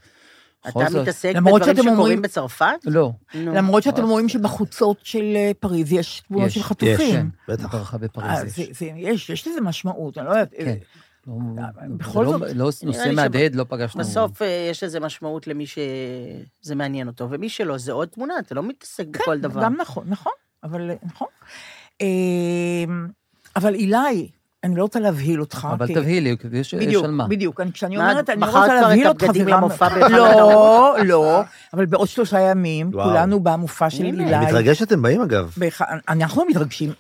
אתה בכל זאת- מתעסק למרות בדברים שאתם אומרים- שקורים בצרפת? לא. נו. למרות שאתם אז- אומרים שבחוצות של אה, פריז יש תמונות יש, כן. של יש, חטופים. בטח. ברחבי אה, פריז זה- יש. זה- יש, יש לזה משמעות, אני לא יודעת. אה, כן. לא- זה בכל לא- זאת, לא נראה נושא לי מהדהד, לא פגשנו. בסוף אה, יש לזה משמעות למי שזה מעניין אותו, ומי שלא, זה עוד תמונה, אתה לא מתעסק בכל דבר. כן, גם נכון, נכון, אבל אה, נכון. אמ, אבל אילי, אני לא רוצה להבהיל אותך. אבל כי- תבהילי, יש יש בדיוק, על מה. בדיוק. אני- כשאני מה, אומרת, אני לא מכרת רוצה כבר את להבהיל אותך, הבגדים זה גם- למופע באחד לא, לא, אבל בעוד שלושה ימים, וואו. כולנו במופע של הנה. אני אילי. מתרגש שאתם באים אגב. בח- אנחנו מתרגשים.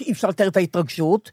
אי אפשר לתאר את ההתרגשות,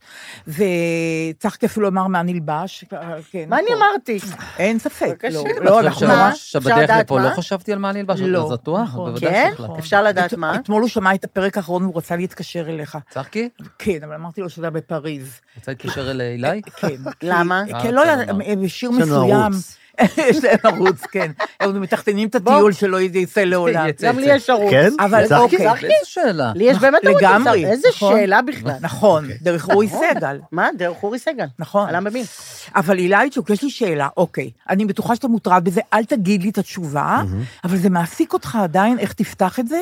וצחקי אפילו לומר מה נלבש. כן, מה אני נכון. אמרתי? אין ספק. בבקשה. לא, את לא, עכשיו אנחנו מה? ממש... עכשיו אפשר בדרך לדעת לפה מה? לא חשבתי על מה אני אלבש, לא. אבל זטוח, נכון. בוודאי כן? שהחלטתי. אפשר לדעת מה? אתמול הוא שמע את הפרק האחרון והוא רצה להתקשר אליך. צחקי, כן, אבל אמרתי לו שזה היה בפריז. רוצה להתקשר אל- אליי? כן. כי- למה? כן, לא, אה, בסדר, לא, בשיר יש לנו מסוים, ערוץ. יש להם ערוץ, כן. הם מתחתנים את בוא. הטיול שלא יצא לעולם. יצא. גם לי יש ערוץ. כן? אבל הצלחתי? אוקיי. צחקי? איזו שאלה. לי יש באמת ערוץ. לגמרי, איזה נכון. שאלה בכלל. נכון, דרך אורי סגל. מה, דרך אורי סגל. נכון. עלה במין. אבל אילייצ'וק, יש לי שאלה, אוקיי, אני בטוחה שאתה מוטרד בזה, אל תגיד לי את התשובה, אבל זה מעסיק אותך עדיין, איך תפתח את זה?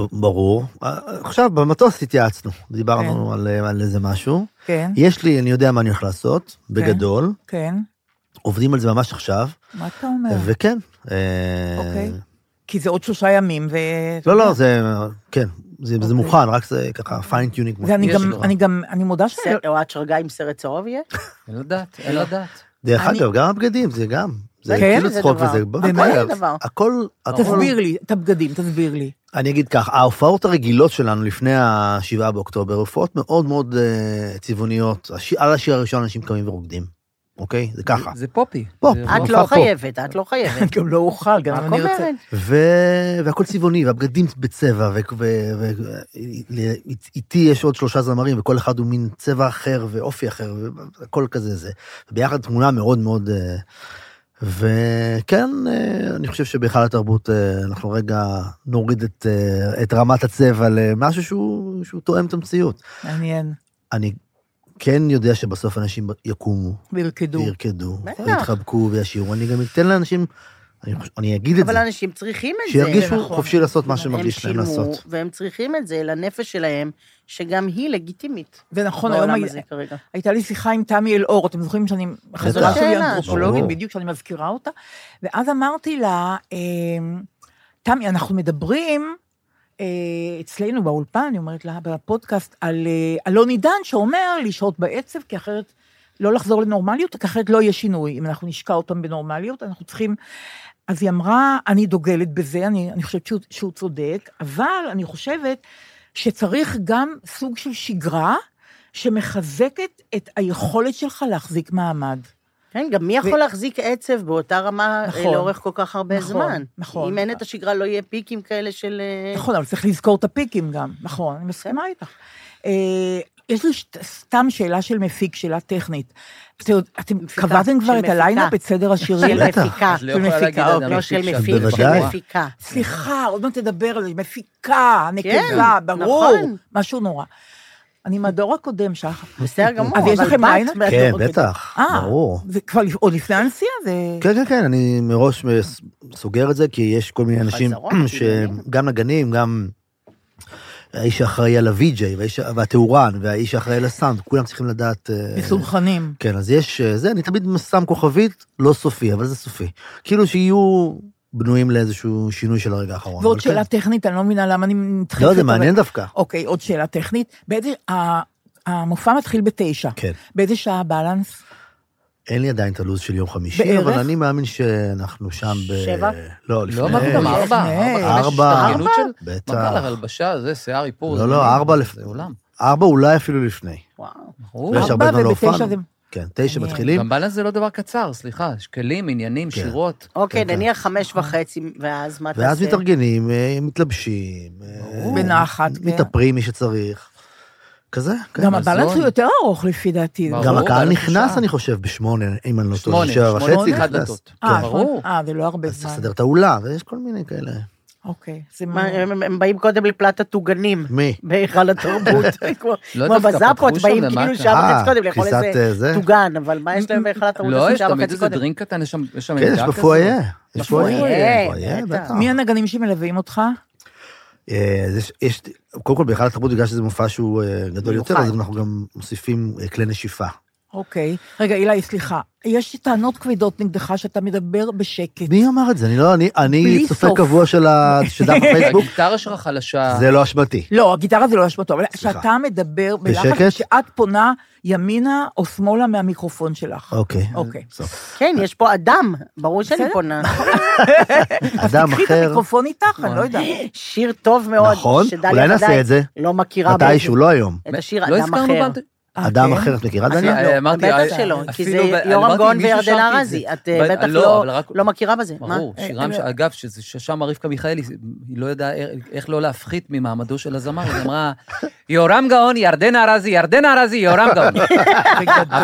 ב- ברור. אה, עכשיו במטוס התייעצנו, דיברנו על, אה, על איזה משהו. כן, יש לי, אני יודע מה אני הולך לעשות, בגדול, כן, עובדים על זה ממש עכשיו, מה אתה אומר? וכן. אה, אוקיי. כי זה עוד שלושה ימים, ו... לא, לא, זה, כן, זה זה מוכן, רק זה ככה פיינטיונינג. אוקיי. זה אני יש גם, לך. אני גם, אני מודה ש... לא. סרט- או ההצ'רגה עם סרט צהוב יהיה? אין לדעת, אין לדעת. דרך אני- אגב, גם הבגדים, זה גם. זה כן? כאילו זה צחוק דבר. וזה... באמת? הכל- דבר. הכל, הכל... תסביר לי, את הבגדים, תסביר לי. אני אגיד כך, ההופעות הרגילות שלנו לפני השבעה באוקטובר, הופעות מאוד מאוד אה, צבעוניות. הש- על השיר הראשון אנשים קמים ורוקדים, אוקיי? זה ככה. זה פופי. פופ. זה את מופע לא פופ. חייבת, את לא חייבת. גם לא אוכל, גם רק אם אני ארצה. אומרת. ו- והכל צבעוני, והבגדים בצבע, ואיתי יש עוד שלושה זמרים, וכל אחד הוא מין צבע אחר ואופי אחר, והכל כזה זה. ביחד תמונה מאוד מאוד... אה, וכן, אה, אני חושב שבהיכל התרבות אה, אנחנו רגע נוריד את, אה, את רמת הצבע למשהו שהוא, שהוא תואם את המציאות. מעניין. אני כן יודע שבסוף אנשים יקומו, וירקדו. וירקדו, בטח. ויתחבקו וישירו, אני גם אתן לאנשים, אני, חוש- אני אגיד את אבל זה. אנשים צריכים את זה. שירגישו נכון. חופשי לעשות מה הם שמרגיש להם שילמו, לעשות. והם צריכים את זה לנפש שלהם, שגם היא לגיטימית. ונכון, היום בעולם הי- הזה כרגע. הייתה לי שיחה עם תמי אלאור, אתם זוכרים שאני, החזרה שלי שאלה. האנתרופולוגית, ברור. בדיוק כשאני מזכירה אותה, ואז אמרתי לה, אמ, תמי, אנחנו מדברים אה, אצלנו באולפן, אני אומרת לה, בפודקאסט, על אה, אלון עידן, שאומר לשהות בעצב, כי אחרת, לא לחזור לנורמליות, כי אחרת לא יהיה שינוי. אם אנחנו נשקע עוד פעם בנורמליות, אנחנו צריכים... אז היא אמרה, אני דוגלת בזה, אני, אני חושבת שהוא, שהוא צודק, אבל אני חושבת שצריך גם סוג של שגרה שמחזקת את היכולת שלך להחזיק מעמד. כן, גם מי ו- יכול להחזיק עצב באותה רמה אה, נכון. לאורך כל כך הרבה נכון, זמן? נכון. אם אין את השגרה, לא יהיה פיקים כאלה של... אה, נכון, אבל צריך לזכור את הפיקים גם, נכון, אני מסכימה איתך. אה, יש לי שת- סתם שאלה של מפיק, שאלה טכנית. אתם יודע- אתם מפיקה, קבעתם של כבר את מפיקה. הליינאפ, את סדר השירים? של בטח. מפיקה. את לא יכולה להגיד מפיקה, אוקיי. אדם לא, של מפיק, מפיק, של בוודאי. מפיקה. סליחה, עוד מעט תדבר על זה, מפיקה, נקבה, כן, ברור, נכון. משהו נורא. אני מהדור הקודם שלך. בסדר גמור, אז יש אבל לכם בת- ליינאפ? בת- כן, בטח, אה, ברור. זה כבר לפ- עוד לפני הנסיעה? זה... כן, כן, כן, אני מראש מס- סוגר את זה, כי יש כל מיני אנשים חזרות, כאילו, עניינים. שגם נגנים, גם האיש שאחראי על הווי-ג'יי, והאיש- והטהורן, והאיש שאחראי לסאונד, כולם צריכים לדעת... אה, מסונכנים. כן, אז יש אה, זה, אני תמיד שם כוכבית, לא סופי, אבל זה סופי. כאילו שיהיו בנויים לאיזשהו שינוי של הרגע האחרון. ועוד אבל כן. שאלה טכנית, אני לא מבינה למה אני נדחפת. לא, זה אבל- מעניין דווקא. אוקיי, עוד שאלה טכנית. באיזה... ה- המופע מתחיל בתשע. כן. באיזה שעה הבאלנס? אין לי עדיין את הלו"ז של יום חמישי, בערך? אבל אני מאמין שאנחנו שם ב... שבע? לא, לפני... לא, מה פתאום, אה, ארבע? לפני. ארבע? חמש, ארבע? השתרגלות של... בטח. מגל, הלבשה, זה שיער איפור. לא, זה לא, מינימום, ארבע לפ- זה עולם. ארבע אולי אפילו לפני. וואו. ברור. יש הרבה ארבע זמן לא ובתשע הופענו. זה- כן, תשע מעניין. מתחילים. גם בלנס זה לא דבר קצר, סליחה, שקלים, עניינים, שירות. אוקיי, כן, כן. נניח חמש וחצי, ואז מה תעשה? ואז מתארגנים, אה, מתלבשים. אה, בנחת, כן. מתאפרים מי שצריך. כזה, כן. גם מזון. הבאלנס הוא יותר ארוך לפי דעתי. ברור. גם הקהל בערך נכנס, שעה. אני חושב, בשמונה, אם אני לא טועה, שמונה, שבע שמונה וחצי עד נכנס. הדלתות. כן. אה, ברור. נכון. אה, זה לא הרבה אז צריך זמן. לסדר את האולם, ויש כל מיני כאלה. אוקיי, זה מה, מעניין. הם הם באים קודם לפלטת טוגנים. מי? בהיכל התרבות. כמו- לא כמו דווקא, בזאפות, פתחו שם באים למטה. כאילו שעה אה, וחצי קודם לאכול כניסת, אה, איזה זה? טוגן, אבל מה יש להם בהיכל התרבות? לא, עושים יש שעה תמיד וחצי איזה קודם. דרינק קטן, יש שם יש שם כן, יש עמדה בפואיה. כזאת. יש פואיה. בפואיה, פואיה, בטח. אה, בטח. אה, מי הנגנים שמלווים אותך? אה, אז יש, יש, קודם כל בהיכל התרבות, בגלל שזה מופע שהוא אה, גדול יותר, אז אנחנו גם מוסיפים אה, כלי נשיפה. אוקיי. רגע, אילי, סליחה. יש טענות כבדות נגדך שאתה מדבר בשקט. מי אמר את זה? אני לא, אני, אני בלי צופה סוף. קבוע של ה- של דף הפייסבוק, הגיטרה שלך חלשה. זה לא אשמתי. לא, הגיטרה זה לא אשמתו, אבל סליחה. כשאתה מדבר בשקט? בלחץ, כשאת פונה ימינה או שמאלה מהמיקרופון שלך. אוקיי. אוקיי. בסוף. כן, יש פה אדם, ברור שאני בסדר. פונה. אדם קחי את אחר, אה. המיקרופון איתך, אני לא יודעת. שיר טוב מאוד. נכון, שדליה אולי נעשה ודאי את זה. לא מכירה מתישהו, באיזה- לא היום. את השיר לא אדם הזכרנו אחר. פעם- אדם כן? אחר, את מכירה אז דניה? לא, אמרתי, בטח אה, שלא, כי אפילו זה ב- אני יורם אמרתי גאון מישהו וירדן שרתי את ארזי, זה. את ב- אה, בטח לא, לא- אבל רק- לא מכירה בזה. מה? ברור, אה, שירם, אה, ש- אגב, שזה- ששם רבקה מיכאלי, היא לא ידעה אה, איך לא להפחית ממעמדו של הזמר, היא אמרה, יורם גאון, ירדן ארזי, ירדן ארזי, יורם גאון. אף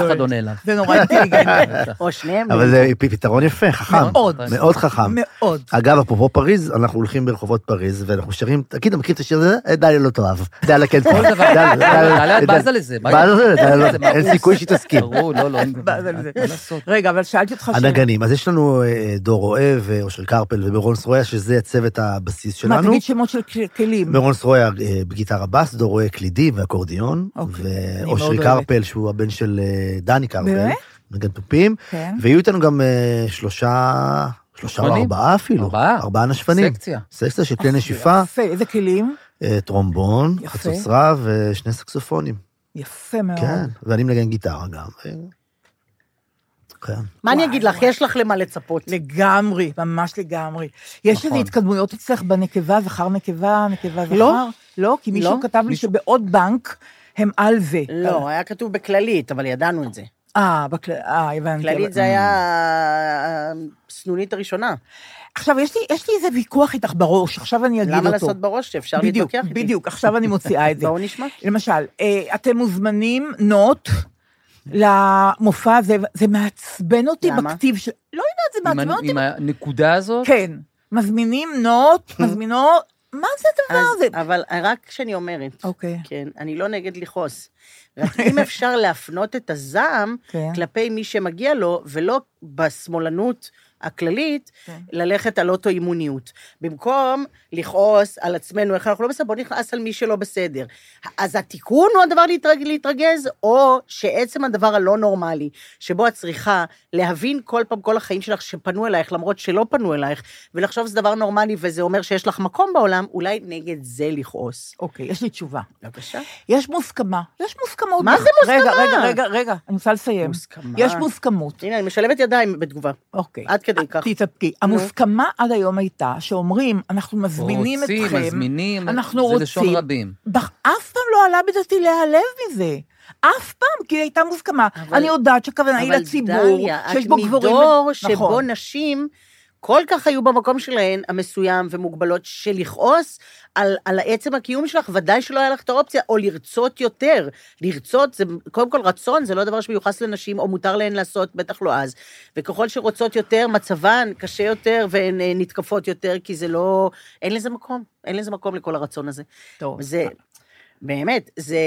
אחד לא נעלב. זה נורא אינטליגנטי. או שניהם. אבל זה פ- פתרון יפה, חכם. מאוד. מאוד חכם. מאוד. אגב, אפרופו פריז, אנחנו הולכים ברחובות פריז, ואנחנו שרים, תגיד, אתה מכיר את השיר הזה? אה, דליה לא תאהב. דליה כן תאהב. כל דבר. דליה, את בזה לזה, מה- בזה לזה, דליה לא- זה מאוס. אין סיכוי שהיא תסכים. ברור, לא, לא, אין באז על זה. מה לעשות. רגע, אבל שאלתי אותך שאלה. הנגנים. אז יש לנו אה, דור אוהב, אה, אושר קרפל ומירון סרויה, שזה צוות הבסיס מה, שלנו. תגיד שמות של כל- כלים. מירון סרויה אה, בגיטרה בס, דור אוהב קלידים ואקורדיון. אוקיי. אני מאוד ואושרי אוהבת. קרפל, שהוא הבן של אה, דני קרפל. באמת? נגן תופים. כן. ויהיו איתנו גם אה, שלושה, שלושה או נשפנים? ארבעה אפילו. ארבעה. ארבעה נשפנים. סקציה. סקציה של כלי נשיפה, אוקיי. יפה, איזה כלים? אה, טרומבון, יפה. חצוצרה ושני סקסופונים. יפה מאוד. כן, ואני מנגן גיטרה גם. אה, כן. מה אני אגיד לך, יש לך למה לצפות. לגמרי, ממש לגמרי. יש נכון. איזה התקדמויות אצלך בנקבה, זכר נקבה, נקבה זכר? לא. לא, כי מישהו לא. כתב לי שבעוד בנק הם על זה. לא, היה כתוב בכללית, אבל ידענו את זה. אה, בכל- אה, הבנתי. אה. כללית זה היה הסנונית הראשונה. עכשיו, יש לי, יש לי איזה ויכוח איתך בראש, עכשיו אני אגיד אותו. למה לעשות בראש שאפשר בדיוק, להתווכח איתי? בדיוק, עכשיו אני מוציאה את זה. בואו נשמע. למשל, אה, אתם מוזמנים, נוט, למופע הזה, זה מעצבן אותי למה? בכתיב של... לא יודעת, זה עם מעצבן ה- אותי. עם הנקודה הזאת, כן, מזמינים נוט, מזמינות, מה זה הדבר אז- הזה? אבל רק כשאני אומרת, אוקיי. כן, אני לא נגד לכעוס. רק אם אפשר להפנות את הזעם כן. כלפי מי שמגיע לו, ולא בשמאלנות הכללית, כן. ללכת על אוטואימוניות. במקום לכעוס על עצמנו, איך אנחנו לא בסדר, בוא נכעס על מי שלא בסדר. אז התיקון הוא הדבר להתרג, להתרגז, או שעצם הדבר הלא נורמלי, שבו את צריכה להבין כל פעם, כל החיים שלך, שפנו אלייך, למרות שלא פנו אלייך, ולחשוב שזה דבר נורמלי וזה אומר שיש לך מקום בעולם, אולי נגד זה לכעוס. אוקיי, יש לי תשובה. בבקשה. יש מוסכמה, יש מוסכמות. מה בח- זה מוסכמה? רגע, רגע, רגע, רגע, אני רוצה לסיים. מוסכמה. יש מוסכמות. הנה, אני משלבת ידיים בתגובה. אוקיי. עד כדי כך. תתאפקי. המוסכמה עד היום הייתה שאומרים, אנחנו מזמינים רוצים, אתכם. מזמינים, אנחנו זה רוצים. לשון רבים. בח- אף פעם לא עלה בדעתי להיעלב מזה. אף פעם, כי הייתה מוסכמה. אבל- אני יודעת שהכוונה היא לציבור, דליה, שיש בו גבורים. את מדור שבו נכון. נשים כל כך היו במקום שלהן המסוים ומוגבלות של לכעוס על, על עצם הקיום שלך, ודאי שלא היה לך את האופציה, או לרצות יותר. לרצות, זה, קודם כל רצון זה לא דבר שמיוחס לנשים, או מותר להן לעשות, בטח לא אז. וככל שרוצות יותר, מצבן קשה יותר, והן אה, נתקפות יותר, כי זה לא... אין לזה מקום, אין לזה מקום לכל הרצון הזה. טוב. אה, זה, באמת, זה...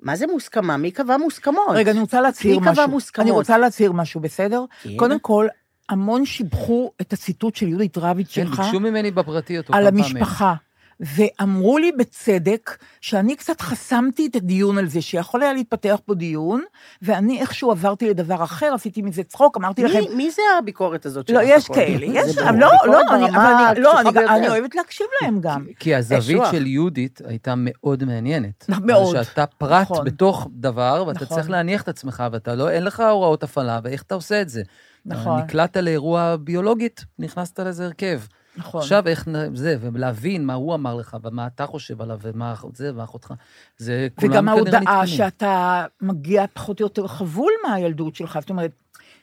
מה זה מוסכמה? מי קבע מוסכמות? רגע, אני רוצה להצהיר מי קבע משהו. מוסכמות? אני רוצה להצהיר משהו, בסדר? כן. קודם כל, המון שיבחו את הציטוט של יהודית רביץ כן, שלך. ביקשו ממני בפרטי אותו על כמה פעמים. המשפחה. ואמרו לי בצדק שאני קצת חסמתי את הדיון על זה, שיכול היה להתפתח פה דיון, ואני איכשהו עברתי לדבר אחר, עשיתי מזה צחוק, אמרתי לכם... מי, מי זה הביקורת הזאת לא, שלך יש הכל? כאלה, זה יש, ברור. אבל לא, לא, ביקורת אני- אבל ברמה אני- לא, אני- הפתוחה אני ביותר. אוהבת להקשיב להם גם. כי הזווית שוח. של יהודית הייתה מאוד מעניינת. נכ- אה, מאוד. אבל שאתה פרט נכון. בתוך דבר, ואתה נכון. צריך להניח את עצמך, ואתה לא, אין לך הוראות הפעלה, ואיך אתה עושה את זה. אה, נכון. נקלעת לאירוע ביולוגית, נכנסת לאיזה הרכב. נכון. עכשיו איך נ- זה, ולהבין מה הוא אמר לך, ומה אתה חושב עליו, ומה אח- זה, ואחותך. זה כולם וגם כנראה ההודעה נתקנים. שאתה מגיע פחות או יותר חבול מהילדות שלך, זאת אומרת,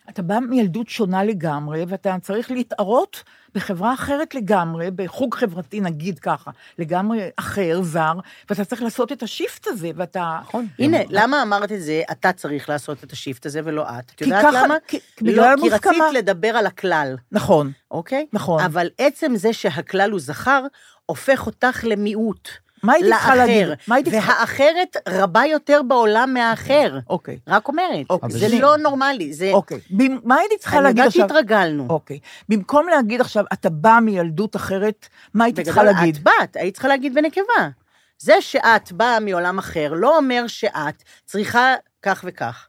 אתה בא מילדות שונה לגמרי, ואתה צריך להתערות בחברה אחרת לגמרי, בחוג חברתי, נגיד ככה, לגמרי אחר, זר, ואתה צריך לעשות את השיפט הזה, ואתה... נכון. הנה, למה אמרת את זה, אתה צריך לעשות את השיפט הזה ולא את. את כי יודעת ככה- למה? כי- כי לא, בגלל כי רצית המוסכמה. לדבר על הכלל, נכון, אוקיי? נכון. אבל עצם זה שהכלל הוא זכר, הופך אותך למיעוט. מה הייתי צריכה להגיד? לאחר. מה הייתי צריכה- והאחרת רבה יותר בעולם מהאחר. אוקיי. רק אומרת. אוקיי. זה אבל- לא נורמלי. זה... אוקיי. במ- מה הייתי צריכה אני להגיד יודעת עכשיו? שהתרגלנו. אוקיי. במקום להגיד עכשיו, אתה בא מילדות אחרת, מה הייתי צריכה בגדול, להגיד? את בת, היית צריכה להגיד בנקבה. זה שאת באה מעולם אחר, לא אומר שאת צריכה כך וכך.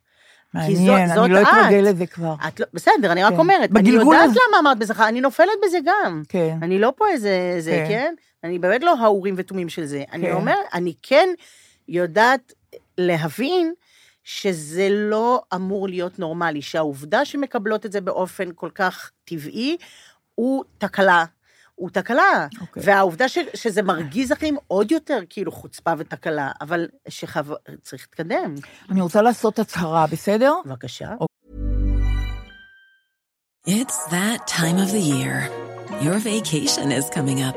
כי מעניין, זאת- זאת אני לא את. אתרגל לזה כבר. את לא, בסדר, אני רק כן. אומרת. אני בגלגול יודעת הזה- למה אמרת בזכר, אני נופלת בזה גם. כן. אני לא פה איזה, זה, כן. כן? אני באמת לא האורים ותומים של זה. אני כן. אומרת, אני כן יודעת להבין שזה לא אמור להיות נורמלי, שהעובדה שמקבלות את זה באופן כל כך טבעי, הוא תקלה. הוא תקלה. אוקיי. והעובדה ש, שזה מרגיז אחרים עוד יותר כאילו חוצפה ותקלה, אבל שחב... צריך להתקדם. אני רוצה לעשות הצהרה, בסדר? בבקשה. It's that time of the year. Your vacation is coming up.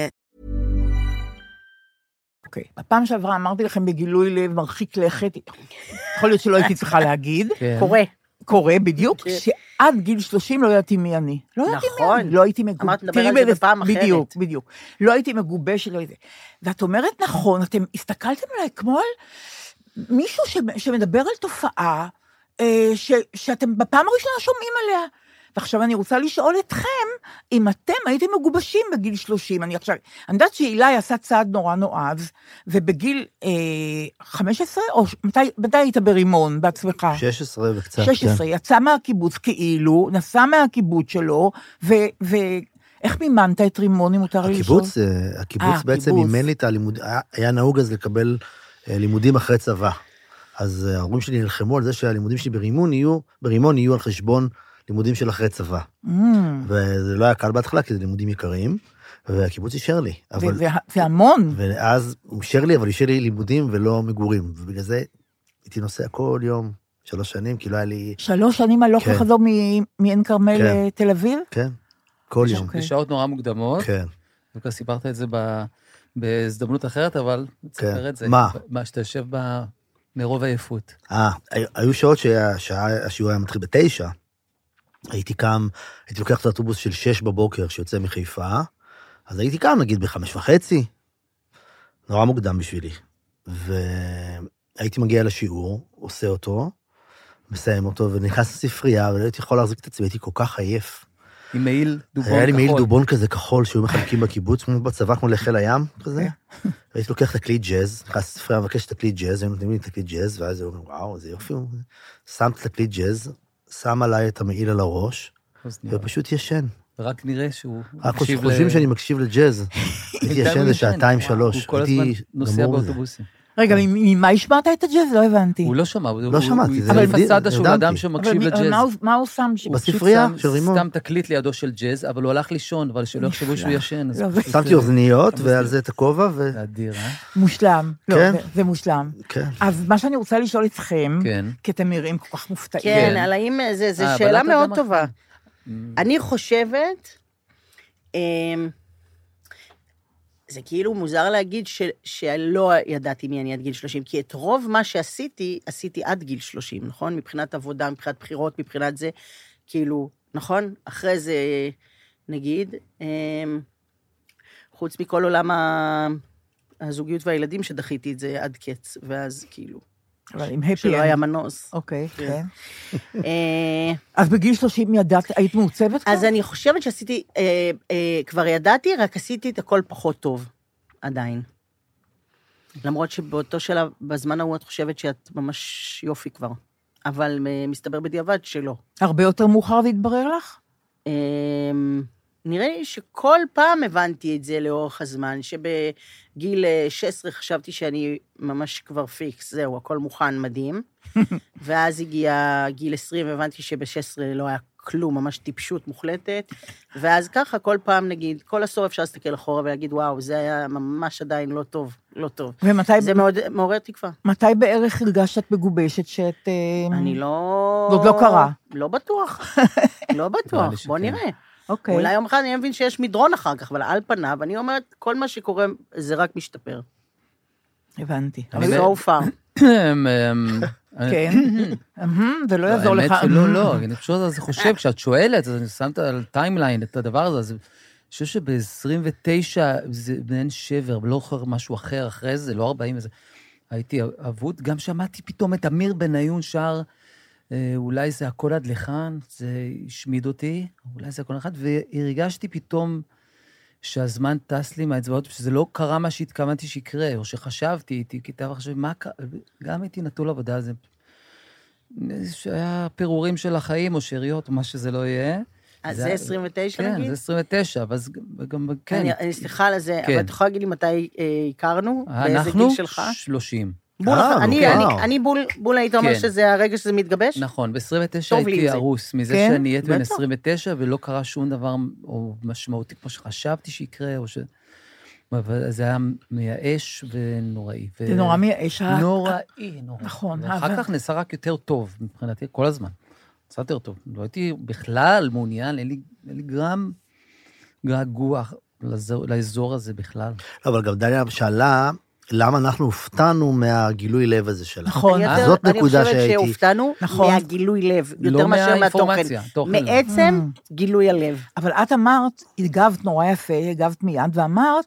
אוקיי. בפעם שעברה אמרתי לכם בגילוי לב מרחיק לכת, יכול להיות שלא הייתי צריכה להגיד, קורה. קורה בדיוק, שעד גיל 30 לא ידעתי מי אני. לא ידעתי מי נכון. אני. לא הייתי מגובשת. אמרת, נדבר על זה בפעם אחרת. בדיוק, בדיוק. לא הייתי מגובשת. לא הייתי- ואת אומרת, נכון, אתם הסתכלתם עליי כמו על מישהו ש- שמדבר על תופעה אה, ש- שאתם בפעם הראשונה שומעים עליה. ועכשיו אני רוצה לשאול אתכם, אם אתם הייתם מגובשים בגיל 30, אני עכשיו, אני יודעת שאילי עשה צעד נורא נועז, ובגיל אה, 15, או ש- מתי, מתי היית ברימון בעצמך? 16 וקצת, כן. 16, יצא מהקיבוץ כאילו, נסע מהקיבוץ שלו, ו... ו... איך מימנת את רימון, אם מותר לי לשאול? הקיבוץ, אה, הקיבוץ אה, בעצם הקיבוץ. אימן לי את הלימוד, היה- היה נהוג אז לקבל אה, לימודים אחרי צבא. אז אה, ההורים שלי נלחמו על זה שהלימודים שלי ברימון יהיו, ברימון יהיו על חשבון לימודים של אחרי צבא. Mm, וזה לא היה קל בהתחלה, כי זה לימודים יקרים, והקיבוץ אישר לי. זה, אבל, זה, זה המון. ואז הוא אישר לי, אבל אישר לי לימודים ולא מגורים. ובגלל זה הייתי נוסע כל יום, שלוש שנים, כי לא היה לי... שלוש שנים הלוך כן. וחזור מ- מעין כרמל כן. לתל אביב? כן, כל יום. אוקיי. בשעות נורא מוקדמות. כן. דווקא סיפרת את זה ב- בהזדמנות אחרת, אבל תספר את זה. כן. מה? מה, שאתה יושב ב- מרוב עייפות. אה, היו- היו שעות שהשעה- השיעור היה מתחיל בתשע. הייתי קם, הייתי לוקח את האוטובוס של שש בבוקר שיוצא מחיפה, אז הייתי קם נגיד בחמש וחצי, נורא מוקדם בשבילי. והייתי מגיע לשיעור, עושה אותו, מסיים אותו, ונכנס לספרייה, ולא הייתי יכול להחזיק את עצמי, הייתי כל כך עייף. עם מעיל דובון כחול. היה לי מעיל דובון כזה כחול שהיו מחלקים בקיבוץ, כמו בצבא, כמו לחיל הים, כזה. כן. והייתי לוקח את הכלי ג'אז, נכנס לספרייה, מבקש את הכלי ג'אז, היו נותנים לי את הכלי ג'אז, ואז היו אומרים, וואו, איזה יופי. הוא." שמתי את הכלי ג'אז, שם עליי את המעיל על הראש, אוזניות. ופשוט ישן. ורק נראה שהוא רק מקשיב ל- חושבים שאני מקשיב לג'אז. הייתי בינתיים ישן הוא איזה שעתיים, וואו, שלוש. הוא כל הזמן הייתי נוסע גמור מזה. באוטובוסים. רגע, כן. ממה השמעת את הג'אז? לא הבנתי. הוא לא שמע, הוא- לא הוא- שמעתי, הוא זה התחיל הבדיל- בפסאדה שהוא נרדמתי. אדם אבל שמקשיב מי- לג'אז. מה הוא- מה הוא שם שם? הוא פשוט בספרייה שם- של רימון. שם תקליט לידו של ג'אז, אבל הוא הלך לישון, אבל שלא יחשבו שהוא ישן. אז לא, פשוט- שמתי אוזניות, אתה ועל מסתיר. זה את הכובע, כן. זה אדיר, אה? מושלם. לא, כן. זה- זה מושלם. וכן. אז מה שאני רוצה לשאול אתכם, כן. כי אתם נראים כל כך מופתעים. כן, כן. על האם, זה- זו אה, אבל שאלה את יודעת מאוד מה- טובה. אני חושבת, אמ, זה כאילו מוזר להגיד ש- שלא ידעתי מי אני עד גיל 30, כי את רוב מה שעשיתי, עשיתי עד גיל 30, נכון? מבחינת עבודה, מבחינת בחירות, מבחינת זה, כאילו, נכון? אחרי זה, נגיד, אמ, חוץ מכל עולם ה- הזוגיות והילדים, שדחיתי את זה עד קץ, ואז כאילו, אבל עם happy שלא end. היה מנוס. אוקיי, כן. אה, אז בגיל 30 ידעת, היית מעוצבת כבר? אז אני חושבת שעשיתי, אה, אה, כבר ידעתי, רק עשיתי את הכל פחות טוב, עדיין. למרות שבאותו שלב, בזמן ההוא את חושבת שאת ממש יופי כבר. אבל אה, מסתבר בדיעבד שלא. הרבה יותר מאוחר זה התברר לך? אה, נראה לי שכל פעם הבנתי את זה לאורך הזמן, שבגיל אה, 16 חשבתי שאני ממש כבר פיקס, זהו, הכל מוכן, מדהים. ואז הגיע גיל 20, הבנתי שב-16 לא היה כלום, ממש טיפשות מוחלטת. ואז ככה, כל פעם, נגיד, כל עשור אפשר להסתכל אחורה ולהגיד, וואו, זה היה ממש עדיין לא טוב, לא טוב. ומתי זה מאוד מעורר תקווה. מתי בערך הרגשת שאת מגובשת, שאת... אה, אני לא... עוד לא קרה. לא בטוח. לא נראה בטוח, לי שכן. בוא נראה. אוקיי. אולי יום אחד אני מבין שיש מדרון אחר כך, אבל על פניו, אני אומרת, כל מה שקורה, זה רק משתפר. הבנתי. לא אני לא- אבל ב- so far. אמ, אמ, כן. אהמ, זה לא לא, יעזור לך. האמת שלא, לא. אני פשוט אז חושב, כשאת שואלת, אז אני שם את הטיימליין, את הדבר הזה, אז אני חושב שב-29 זה מעין שבר, לא זוכר משהו אחר אחרי זה, לא 40 וזה. הייתי אבוד, גם שמעתי פתאום את אמיר בניון שר, אה, אולי זה הכל עד לכאן, זה השמיד אותי, אולי זה הכל עד לכאן, והרגשתי פתאום שהזמן טס לי מהאצבעות, שזה לא קרה מה שהתכוונתי שיקרה, או שחשבתי, הייתי כיתה וחשבתי, מה קרה? גם הייתי נטול עבודה, זה שהיה פירורים של החיים, או שאריות, או מה שזה לא יהיה. אז אה, זה 29 כן, נגיד? זה 29, אבל זה גם- גם, כן. אני- אני סליחה על זה, אבל כן. את יכולה להגיד לי מתי אה, הכרנו? באיזה גיל אנחנו שלך? 30. בול, אה, אני- אוקיי. אני- אני בול, בול היית אומר כן. שזה הרגע שזה מתגבש? נכון, ב-29 טוב לי עם הייתי זה. הרוס מזה כן, שאני הייתי בן בטח. 29, ולא קרה שום דבר או משמעותי כמו שחשבתי שיקרה, או ש... אבל זה היה מייאש ונוראי. ו- זה נורא מייאש. ה- לא נוראי, נוראי. נכון. ואחר אבל- כך נעשה רק יותר טוב מבחינתי, כל הזמן. נעשה יותר טוב. לא הייתי בכלל מעוניין, אין לי, אין לי גרם געגוע לזו- לאזור הזה בכלל. אבל גם דליה שאלה, למה אנחנו הופתענו מהגילוי לב הזה שלה. נכון. אני יותר- אה, זאת נקודה אני חושבת שהייתי... שהופתענו נכון. מהגילוי לב, לא יותר מאשר מהתוכן. מהאינפורמציה, תוכן לא. מעצם אה. גילוי הלב. אבל את אמרת, הגבת נורא יפה, הגבת מיד, ואמרת,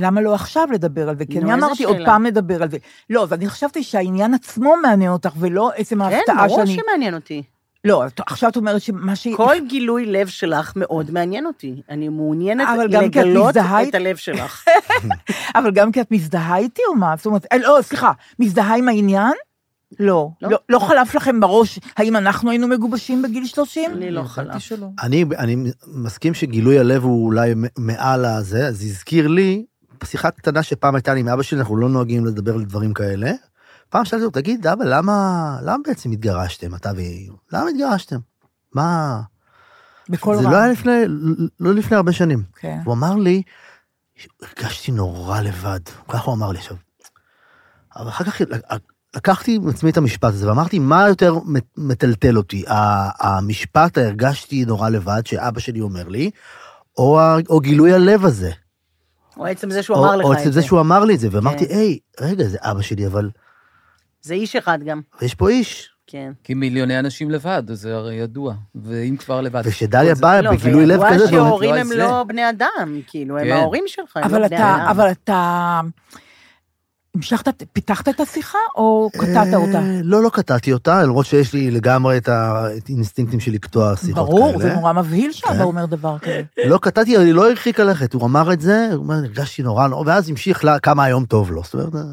למה לא עכשיו לדבר על זה? כי נו, אני איזה אמרתי עוד שאלה. פעם לדבר על זה. לא, אז אני חשבתי שהעניין עצמו מעניין אותך, ולא עצם כן, ההפתעה ברור שאני... שמעניין אותי. לא, את- עכשיו את אומרת שמה ש... כל גילוי לב שלך מאוד מעניין אותי. אני מעוניינת אבל גם כי את לגלות מזדהה את הלב שלך. אבל גם כי את מזדהה איתי או מה? זאת אומרת, אה, לא, סליחה, מזדהה עם העניין? לא. לא, לא חלף לכם בראש האם אנחנו היינו מגובשים בגיל 30? לי לא חלף. שלא. אני, אני מסכים שגילוי הלב הוא אולי מ- מעל הזה, אז הזכיר לי שיחה קטנה שפעם הייתה לי עם אבא שלי, אנחנו לא נוהגים לדבר על דברים כאלה. פעם שאלתי אותו, תגיד, אבא, למה, למה בעצם התגרשתם, אתה והיא? למה התגרשתם? מה... בכל זה רע. לא היה לפני, לא לפני הרבה שנים. כן. הוא אמר לי, הרגשתי נורא לבד, כך הוא אמר לי עכשיו. אבל אחר כך לקחתי עם עצמי את המשפט הזה ואמרתי, מה יותר מט- מטלטל אותי? ה- המשפט הרגשתי נורא לבד שאבא שלי אומר לי, או, ה- או גילוי הלב הזה. או עצם זה שהוא או- אמר לך או את עצם זה. זה שהוא אמר לי את זה, ואמרתי, כן. היי, רגע, זה אבא שלי, אבל זה איש אחד גם, יש פה איש. כן. כי מיליוני אנשים לבד, זה הרי ידוע. ואם כבר לבד. וכשדליה באה לא, בגילוי לב וידוע כזה, ואומרת, שההורים "לא, הם זה." לא בני אדם, כאילו, הם כן. ההורים שלך, הם אבל לא בני אתה, אדם. אבל אתה... המשכת, פיתחת את השיחה או קטעת אותה? אה, לא, לא קטעתי אותה, למרות שיש לי לגמרי את האינסטינקטים של לקטוע שיחות כאלה. כן. ברור, זה נורא מבהיל שאבא אומר דבר כזה. לא קטעתי, אני לא הרחיק ללכת, הוא אמר את זה, הוא אומר, הרגשתי נורא, נורא", ואז המשיך לה כמה היום טוב לו, זאת אומרת,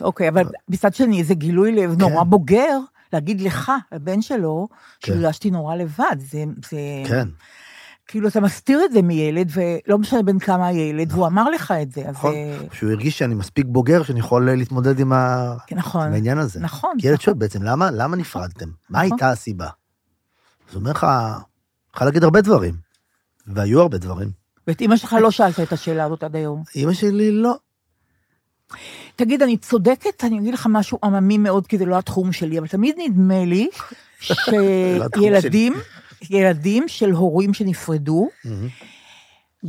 אוקיי, אה. אבל מצד שני, זה גילוי לב כן. נורא בוגר, להגיד לך, הבן שלו, שהרגשתי נורא לבד. זה... זה- כן. כאילו, אתה מסתיר את זה מילד, ולא משנה בין כמה הילד, והוא אמר לך את זה, אז... נכון, אה, שהוא הרגיש שאני מספיק בוגר שאני יכול אה, להתמודד עם ה- נכון. עם העניין הזה. נכון, כי ילד שואל בעצם, למה למה נפרדתם? מה הייתה הסיבה? אז הוא אומר לך, יכול להגיד הרבה דברים, והיו הרבה דברים. ואת אימא שלך לא שאלת את השאלה הזאת עד היום. אימא שלי לא. תגיד, אני צודקת? אני אגיד לך משהו עממי מאוד, כי זה לא התחום שלי, אבל תמיד נדמה לי לא התחום שילדים, ילדים של הורים שנפרדו,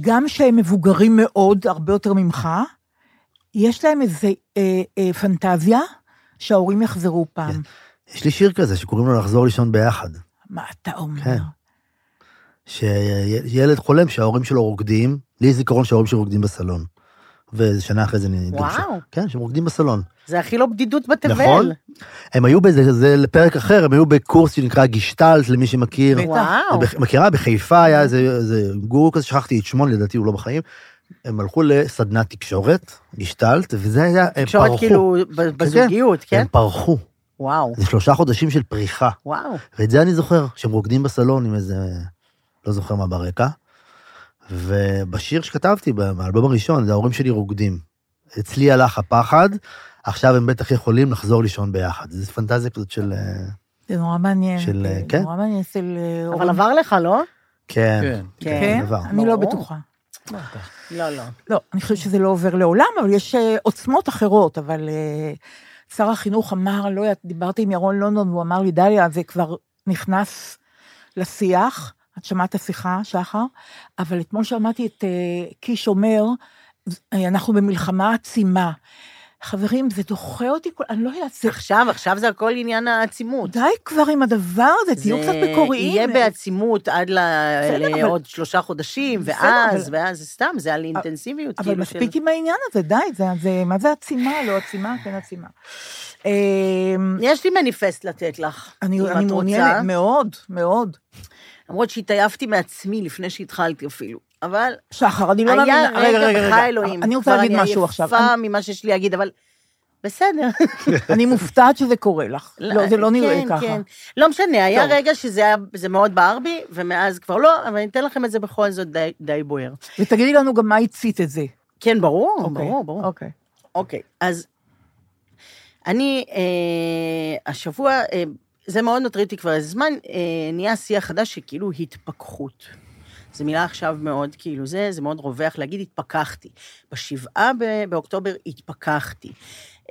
גם שהם מבוגרים מאוד, הרבה יותר ממך, יש להם איזו אה, אה, פנטזיה שההורים יחזרו כן. פעם. יש לי שיר כזה שקוראים לו לחזור לישון ביחד. מה אתה אומר? כן. שילד חולם שההורים שלו רוקדים, לי יש זיכרון שההורים שלי רוקדים בסלון. ושנה אחרי זה נדעו וואו. ש- כן, שהם רוקדים בסלון. זה הכי לא בדידות בתבל. נכון? הם היו באיזה, זה לפרק אחר, הם היו בקורס שנקרא גישטלט, למי שמכיר. בטח. וואו. זה בח- מכירה? בחיפה היה איזה איזה גורו כזה, שכחתי את שמו, לדעתי הוא לא בחיים. הם הלכו לסדנת תקשורת, גישטלט, וזה היה, הם פרחו. תקשורת כאילו ב- בזוגיות, כן? הם פרחו. וואו, זה שלושה חודשים של פריחה. וואו. ואת זה אני זוכר, שהם רוקדים בסלון עם איזה, לא זוכר מה ברקע. ובשיר שכתבתי, באלבום הראשון, זה ההורים שלי רוקדים. אצלי הלך הפחד, עכשיו הם בטח יכולים לחזור לישון ביחד. זו פנטזיה כזאת של... אה, זה נורא מעניין. של, זה כן. נורא מעניין אצל אה, הורים. אבל עבר לך, לא? כן. כן? עבר. אני לא ברור. בטוחה. לא, לא. לא, אני חושבת שזה לא עובר לעולם, אבל יש אה, עוצמות אחרות, אבל אה, שר החינוך אמר, לא יודעת, דיברתי עם ירון לונדון, והוא אמר לי, דליה, זה כבר נכנס לשיח, את שמעת את השיחה, שחר, אבל אתמול שמעתי את אה, קיש אומר, אה, אנחנו במלחמה עצימה. חברים, זה דוחה אותי, כל- אני לא יודעת, זה... עכשיו, עכשיו זה הכל עניין העצימות. די כבר עם הדבר הזה, תהיו קצת מקוריים. יהיה בעצימות עד ל- אה, בסדר, אבל- לעוד שלושה חודשים, בסדר, ואז, אבל- ואז, סתם, זה על אינטנסיביות. אבל כאילו מספיק של- עם העניין הזה, די, זה, זה, מה זה עצימה, לא עצימה, כן עצימה. אמ, יש לי מניפסט לתת לך, אני, אם אני את מעוניינת רוצה. מאוד, מאוד. למרות שהתעייפתי מעצמי לפני שהתחלתי אפילו, אבל... שחר, אני לא היה מאמינה. רגע, רגע, רגע, רגע. בחי אלוהים. אני רוצה כבר להגיד משהו עכשיו. אני עייפה אני- ממה שיש לי להגיד, אבל בסדר. אני מופתעת שזה קורה לך. לא, זה לא נראה כן, ככה. כן. לא משנה, היה טוב. רגע שזה היה- זה מאוד בער בי, ומאז כבר לא, אבל אני אתן לכם את זה בכל זאת די- די בוער. ותגידי לנו גם מה הצית את זה. כן, ברור, אוקיי, ברור, ברור. אוקיי. אוקיי, אז אני, אה, השבוע, אה, זה מאוד מטריד אותי כבר איזה זמן, אה, נהיה שיח חדש שכאילו התפכחות. זו מילה עכשיו מאוד, כאילו זה, זה מאוד רווח להגיד התפכחתי. בשבעה ב- באוקטובר התפכחתי.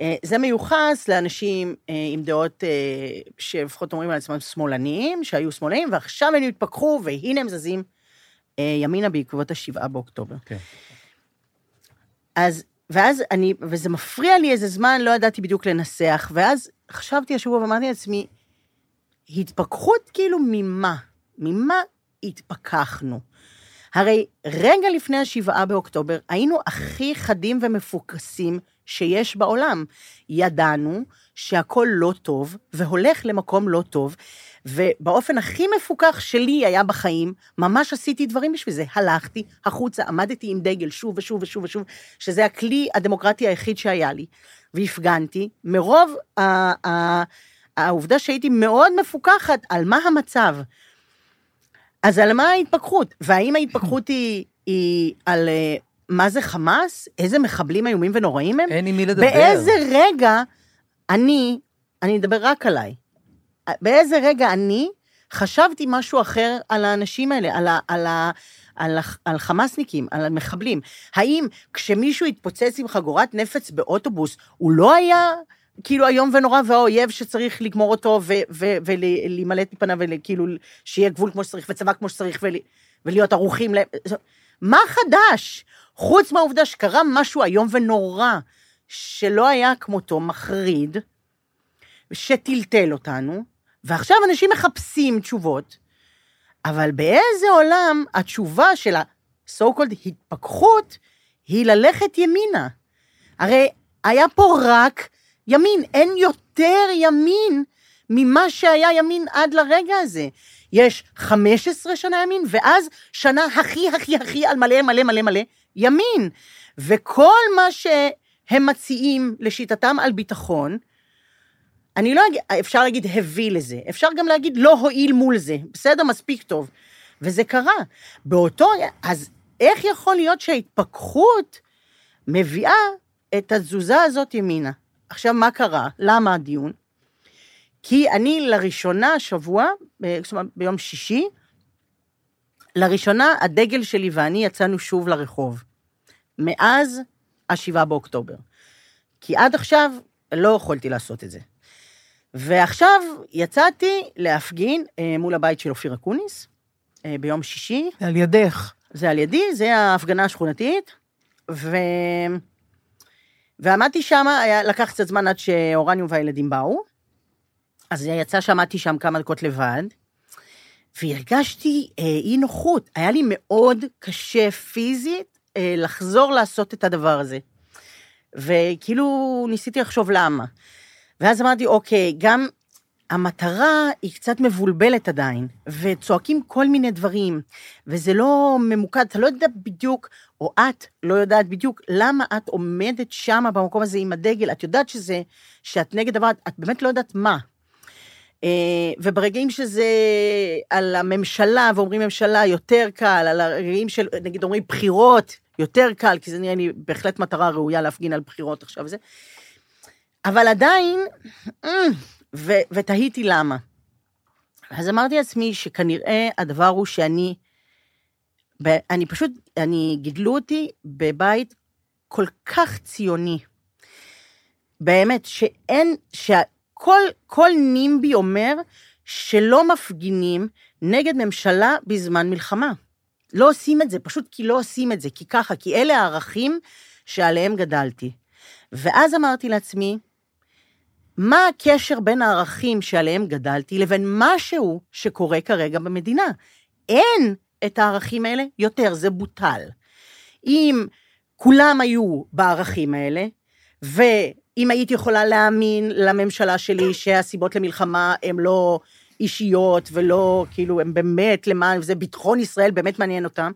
אה, זה מיוחס לאנשים אה, עם דעות אה, שלפחות אומרים על עצמם שמאלניים, שהיו שמאלנים, ועכשיו הם התפכחו, והנה הם זזים אה, ימינה בעקבות השבעה באוקטובר. כן. אז, ואז אני, וזה מפריע לי איזה זמן, לא ידעתי בדיוק לנסח, ואז חשבתי השבוע ואמרתי לעצמי, התפכחות כאילו ממה? ממה התפכחנו? הרי רגע לפני השבעה באוקטובר היינו הכי חדים ומפוקסים שיש בעולם. ידענו שהכול לא טוב והולך למקום לא טוב, ובאופן הכי מפוקח שלי היה בחיים, ממש עשיתי דברים בשביל זה. הלכתי החוצה, עמדתי עם דגל שוב ושוב ושוב ושוב, שזה הכלי הדמוקרטי היחיד שהיה לי, והפגנתי. מרוב ה- ה- העובדה שהייתי מאוד מפוקחת על מה המצב. אז על מה ההתפכחות? והאם ההתפכחות היא, היא על אה, מה זה חמאס? איזה מחבלים איומים ונוראים הם? אין עם מי לדבר. באיזה רגע אני, אני אדבר רק עליי, באיזה רגע אני חשבתי משהו אחר על האנשים האלה, על, ה, על, ה, על, ה, על חמאסניקים, על המחבלים? האם כשמישהו התפוצץ עם חגורת נפץ באוטובוס, הוא לא היה כאילו איום ונורא והאויב שצריך לגמור אותו ו- ו- ולהימלט מפניו וכאילו שיהיה גבול כמו שצריך וצבא כמו שצריך ול- ולהיות ערוכים ל... מה חדש? חוץ מהעובדה שקרה משהו איום ונורא, שלא היה כמותו מחריד, שטלטל אותנו, ועכשיו אנשים מחפשים תשובות, אבל באיזה עולם התשובה של ה-so called התפכחות היא ללכת ימינה? הרי היה פה רק ימין, אין יותר ימין ממה שהיה ימין עד לרגע הזה. יש 15 שנה ימין, ואז שנה הכי הכי הכי על מלא מלא מלא מלא ימין. וכל מה שהם מציעים לשיטתם על ביטחון, אני לא אגיד, אפשר להגיד הביא לזה, אפשר גם להגיד לא הועיל מול זה, בסדר, מספיק טוב. וזה קרה. באותו, אז איך יכול להיות שההתפכחות מביאה את התזוזה הזאת ימינה? עכשיו, מה קרה? למה הדיון? כי אני לראשונה השבוע, ב- זאת אומרת, ביום שישי, לראשונה הדגל שלי ואני יצאנו שוב לרחוב. מאז השבעה באוקטובר. כי עד עכשיו לא יכולתי לעשות את זה. ועכשיו יצאתי להפגין אה, מול הבית של אופיר אקוניס, אה, ביום שישי. זה על ידך. זה על ידי, זה ההפגנה השכונתית. ו... ועמדתי שם, היה- לקח קצת זמן עד שאורניום והילדים באו. אז יצא שעמדתי שם כמה דקות לבד, והרגשתי אה, אי נוחות. היה לי מאוד קשה פיזית אה, לחזור לעשות את הדבר הזה. וכאילו ניסיתי לחשוב למה. ואז אמרתי, אוקיי, גם המטרה היא קצת מבולבלת עדיין, וצועקים כל מיני דברים, וזה לא ממוקד, אתה לא יודע בדיוק, או את לא יודעת בדיוק, למה את עומדת שם במקום הזה עם הדגל, את יודעת שזה, שאת נגד דבר, את באמת לא יודעת מה. אה, וברגעים שזה על הממשלה, ואומרים ממשלה, יותר קל, על הרגעים של, נגיד אומרים בחירות, יותר קל, כי זה נראה לי בהחלט מטרה ראויה להפגין על בחירות עכשיו וזה. אבל עדיין, אה, ו, ותהיתי למה. אז אמרתי לעצמי שכנראה הדבר הוא שאני, ב, אני פשוט, אני, גידלו אותי בבית כל כך ציוני. באמת, שאין, שכל כל נימבי אומר שלא מפגינים נגד ממשלה בזמן מלחמה. לא עושים את זה, פשוט כי לא עושים את זה, כי ככה, כי אלה הערכים שעליהם גדלתי. ואז אמרתי לעצמי, מה הקשר בין הערכים שעליהם גדלתי לבין משהו שקורה כרגע במדינה? אין את הערכים האלה יותר, זה בוטל. אם כולם היו בערכים האלה, ואם היית יכולה להאמין לממשלה שלי שהסיבות למלחמה הן לא אישיות ולא, כאילו, הן באמת למען, זה ביטחון ישראל באמת מעניין אותם,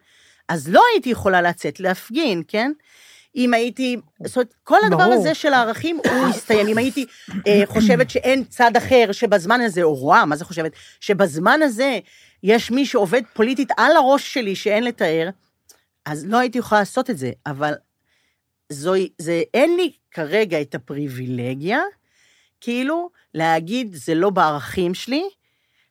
אז לא הייתי יכולה לצאת להפגין, כן? אם הייתי, זאת אומרת, כל הדבר ברור. הזה של הערכים, הוא הסתיים. אם הייתי אה, חושבת שאין צד אחר שבזמן הזה, או רואה, מה זה חושבת? שבזמן הזה יש מי שעובד פוליטית על הראש שלי שאין לתאר, אז לא הייתי יכולה לעשות את זה, אבל זוהי, זה, אין לי כרגע את הפריבילגיה, כאילו, להגיד, זה לא בערכים שלי,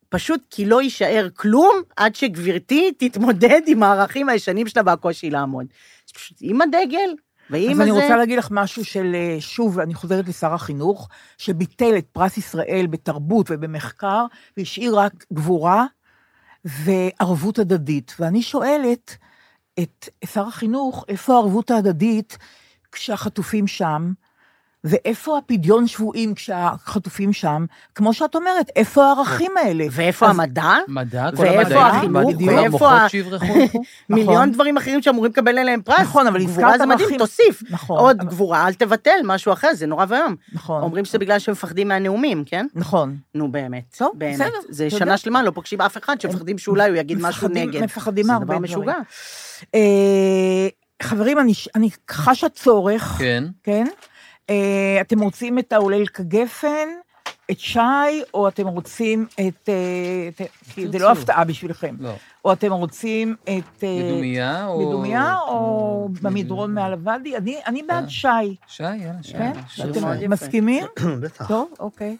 פשוט כי לא יישאר כלום עד שגברתי תתמודד עם הערכים הישנים שלה והקושי לעמוד. אז פשוט עם הדגל ועם אז הזה... אני רוצה להגיד לך משהו של, אה, שוב, אני חוזרת לשר החינוך, שביטל את פרס ישראל בתרבות ובמחקר, והשאיר רק גבורה וערבות הדדית. ואני שואלת את שר החינוך, איפה הערבות ההדדית כשהחטופים שם? ואיפה הפדיון שבויים כשהחטופים שם? כמו שאת אומרת, איפה הערכים האלה? כן. ואיפה אז- המדע? מדע, כל ואיפה המדעים, החינוך, בדיוק, ואיפה ה- המוחות שיברחו. מיליון נכון. דברים אחרים שאמורים לקבל עליהם פרס. נכון, אבל גבורה הזכרת זה מדהים, ערכים. תוסיף. נכון. עוד אבל- גבורה, אל תבטל משהו אחר, זה נורא ואיום. נכון. אומרים שזה בגלל שמפחדים מהנאומים, כן? נכון. נו, באמת. טוב, באמת. בסדר, זה אתה שנה יודע. שלמה, לא פוגשים אף אחד שמפחדים שאולי הוא יגיד משהו מפחדים- נגד. מפחדים מהרבה דברים. זה דבר משוגע. אה, חברים, אני, ש- אני חשה צורך. כן. כן? אה, אתם רוצים את ההולל כגפן, את שי, או אתם רוצים את... אה, את- כי זה לא תרצו. הפתעה בשבילכם. לא. או אתם רוצים את... אה, בדומייה, או- בדומיה, או במדרון מעל הוואדי? אני- אני בעד שי. אה. שי, יאללה, שי. כן? שיר אתם מאוד יפה. מסכימים? בטח. טוב, אוקיי.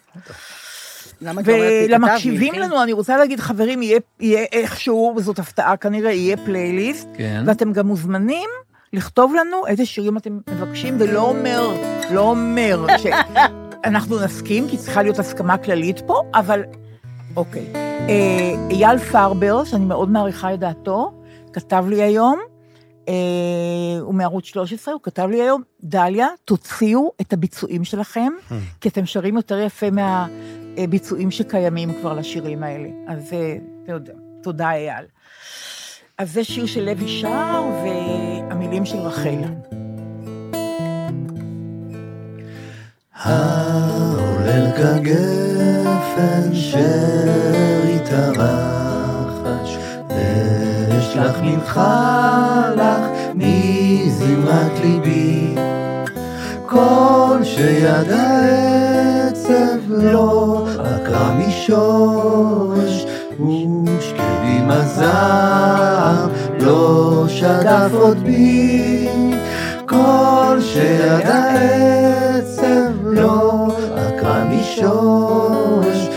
למה אתה אומרת לי כן. כתב, ולמקשיבים מלכי? לנו, אני רוצה להגיד, חברים, יהיה- יהיה איכשהו, וזאת הפתעה כנראה, יהיה פלייליסט, כן. ואתם גם מוזמנים לכתוב לנו איזה שירים אתם מבקשים, ולא אומר, לא אומר, שאנחנו נסכים, כי צריכה להיות הסכמה כללית פה, אבל אוקיי. אה, אייל פרבר, שאני מאוד מעריכה את דעתו, כתב לי היום, אה, הוא מערוץ 13, הוא כתב לי היום, דליה, תוציאו את הביצועים שלכם, Hmm. כי אתם שרים יותר יפה מהביצועים שקיימים כבר לשירים האלה. אז אה, אתה יודע, תודה, אייל. אז זה שיר של לוי שר, והמילים של רחל. העולל כגפן שהתארחש, ואשלח מנחה לך מזמרת ליבי, כל שיד העצב לא עקרה משורש, ושקדי מזר לא שדף עוד בי, כל שיד העצב לא עקרה משורש,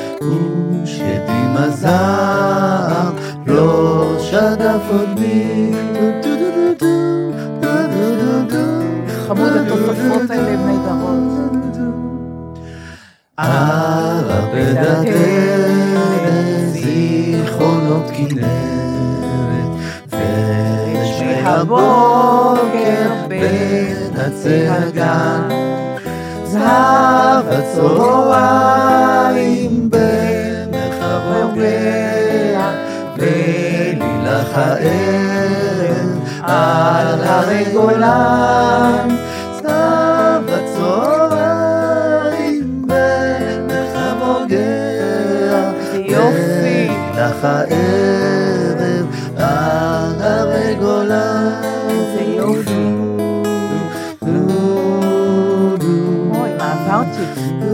ושקדי מזר לא שדף עוד בי. חמוד התוספות האלה נהדרות. ערפדת ארץ, זיכרונות כנרת, ושמי הבוקר בין עצי הגן, זהב הצהריים במרחב הוגע, ולילך הערב על הרי גולן, זהב הצהריים במרחב הוגע, יופי. ולילך אה, הערב על הרי גולן. איזה יופי. אוי, מה עברתי? אוי,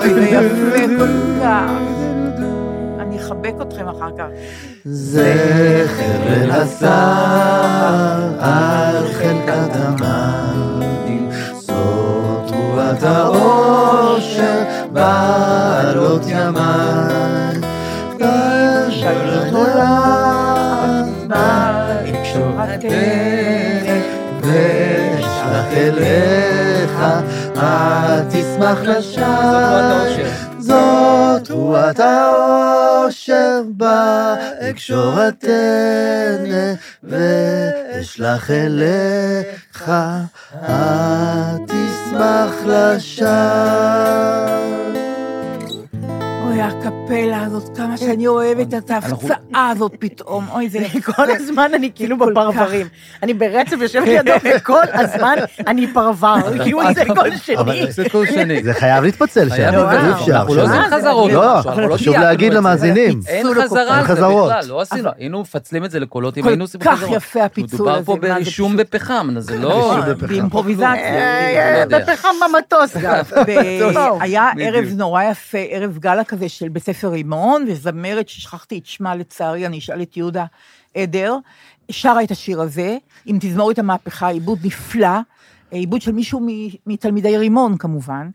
זה יפה כל כך. אני אחבק אתכם אחר כך. זכר ולשר על חלקת המדים, זאת תרועת האושר בעלות ימן. ואשלח אליך, את תשמח לשם. זאת תרועת האושר. אשר בה אקשור התנא ואשלח אליך, התשמח לשווא. אוי, הקפלה הזאת, כמה שאני אוהבת את ההפצעה הזאת פתאום. אוי, זה... כל הזמן אני כאילו בפרברים. אני ברצף יושבת לידו, וכל הזמן אני פרבר. כאילו זה נכון, קול שני. זה קול שני. זה חייב להתפצל שם, חייב אי להתפצל. אפשר. אנחנו לא עושים שלא. חזרות. לא, אנחנו לא חשוב תיארנו להגיד את זה. למאזינים. אין חזרה על זה חזרות. בכלל, לא עשינו, היינו מפצלים את זה לקולות אם כל היינו עושים כך חזרות. יפה הפיצול מדובר הזה, פה מה זה ברישום בפחם, אז זה לא... רישום בפחם. באימפרוביזציה. אה, לא יודע. בפחם במטוס גם. ב- היה בדיוק. ערב נורא יפה, ערב גאלה כזה של בית ספר רימון, וזמרת ששכחתי את שמה לצערי, אני אשאל את יהודה עדר, שרה את השיר הזה, עם תזמורת המהפכה, עיבוד נפלא, עיבוד של מישהו מ- מתלמידי רימון כמובן.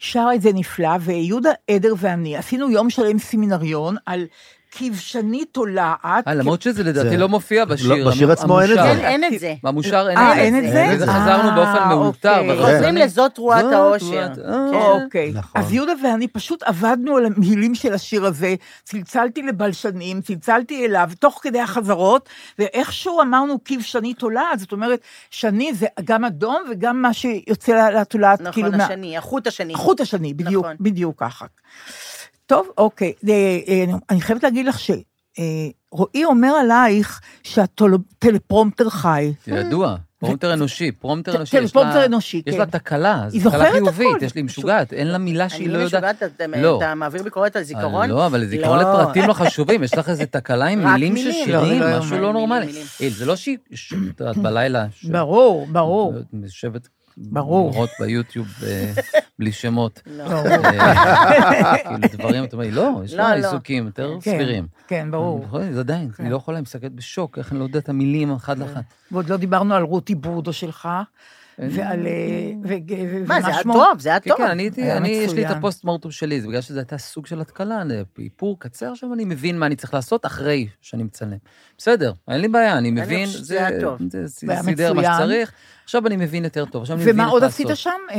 שרה את זה נפלא, ויהודה עדר ואני עשינו יום שלם סמינריון על כבשנית תולעת. אה, למרות שזה לדעתי לא מופיע בשיר. לא, בשיר המ- עצמו אין את המושר. זה. אין את זה. במושר אין את אה, זה. אין את זה? וזה חזרנו אה, באופן מאולתר. אוקיי. אבל- חוזרים לזאת תרועת זאת האושר. תרועת- אה. כן. אוקיי. אז יהודה ואני פשוט עבדנו על המילים של השיר הזה, צלצלתי לבלשנים, צלצלתי אליו, תוך כדי החזרות, ואיכשהו אמרנו כבשני תולעת, זאת אומרת, שני זה גם אדום וגם מה שיוצא לתולעת, כאילו... נכון, מה- השני, החוט השני. החוט השני, בדיוק, נכון. בדיוק ככה. טוב, אוקיי. אה, אה, אני חייבת להגיד לך ש... אה, רועי אומר עלייך שהטלפרומטר חי. זה ידוע. פרומטר אנושי, פרומטר אנושי. יש טלפרומטר לה- אנושי, יש כן. לה תקלה, זו היא תקלה זוכרת חיובית, הכל. יש לי משוגעת, אין לה מילה אני שהיא לא יודעת. משוגעת, אתה- לא. אה, אתה מעביר ביקורת על זיכרון? לא, אבל זיכרון לא. לפרטים לא חשובים, יש לך איזה תקלה עם רק מילים של מילים. לא, שירים, זה לא משהו יאומן. לא מילים, נורמלי. מילים. אה, זה לא שהיא, ש- את יודעת, בלילה, ש- ברור, ברור. יושבת, ברור. לראות ביוטיוב אה, בלי שמות. ברור. אה, כאילו דברים, אתה אומר, "היא לא, יש לא, לה לא. עיסוקים יותר כן, סבירים. כן, ברור. כן. נכון, זה עדיין, היא לא יכולה, היא מסתכלת בשוק, איך אני לא יודע את המילים אחת לאחת. ועוד לא דיברנו על רותי בורדו שלך, אה, אין. ועל... אה, וג- ו- מה, ומה זה היה שמו? טוב, זה היה כן, טוב. כן, אני הייתי, היה אני, יש לי את מצוין. הפוסט-מורטום שלי, זה בגלל שזה הייתה סוג של התקלה, אני- איפור קצר שם, אני מבין מה אני צריך לעשות אחרי שאני מצלם. בסדר, אין לי בעיה, אני מבין, חושבת שזה זה היה טוב. זה ס- והיה סידר מה מצוין. שצריך, עכשיו אני מבין יותר טוב, עכשיו אני מבין ומה איך עוד לעשות. עשית שם? אה,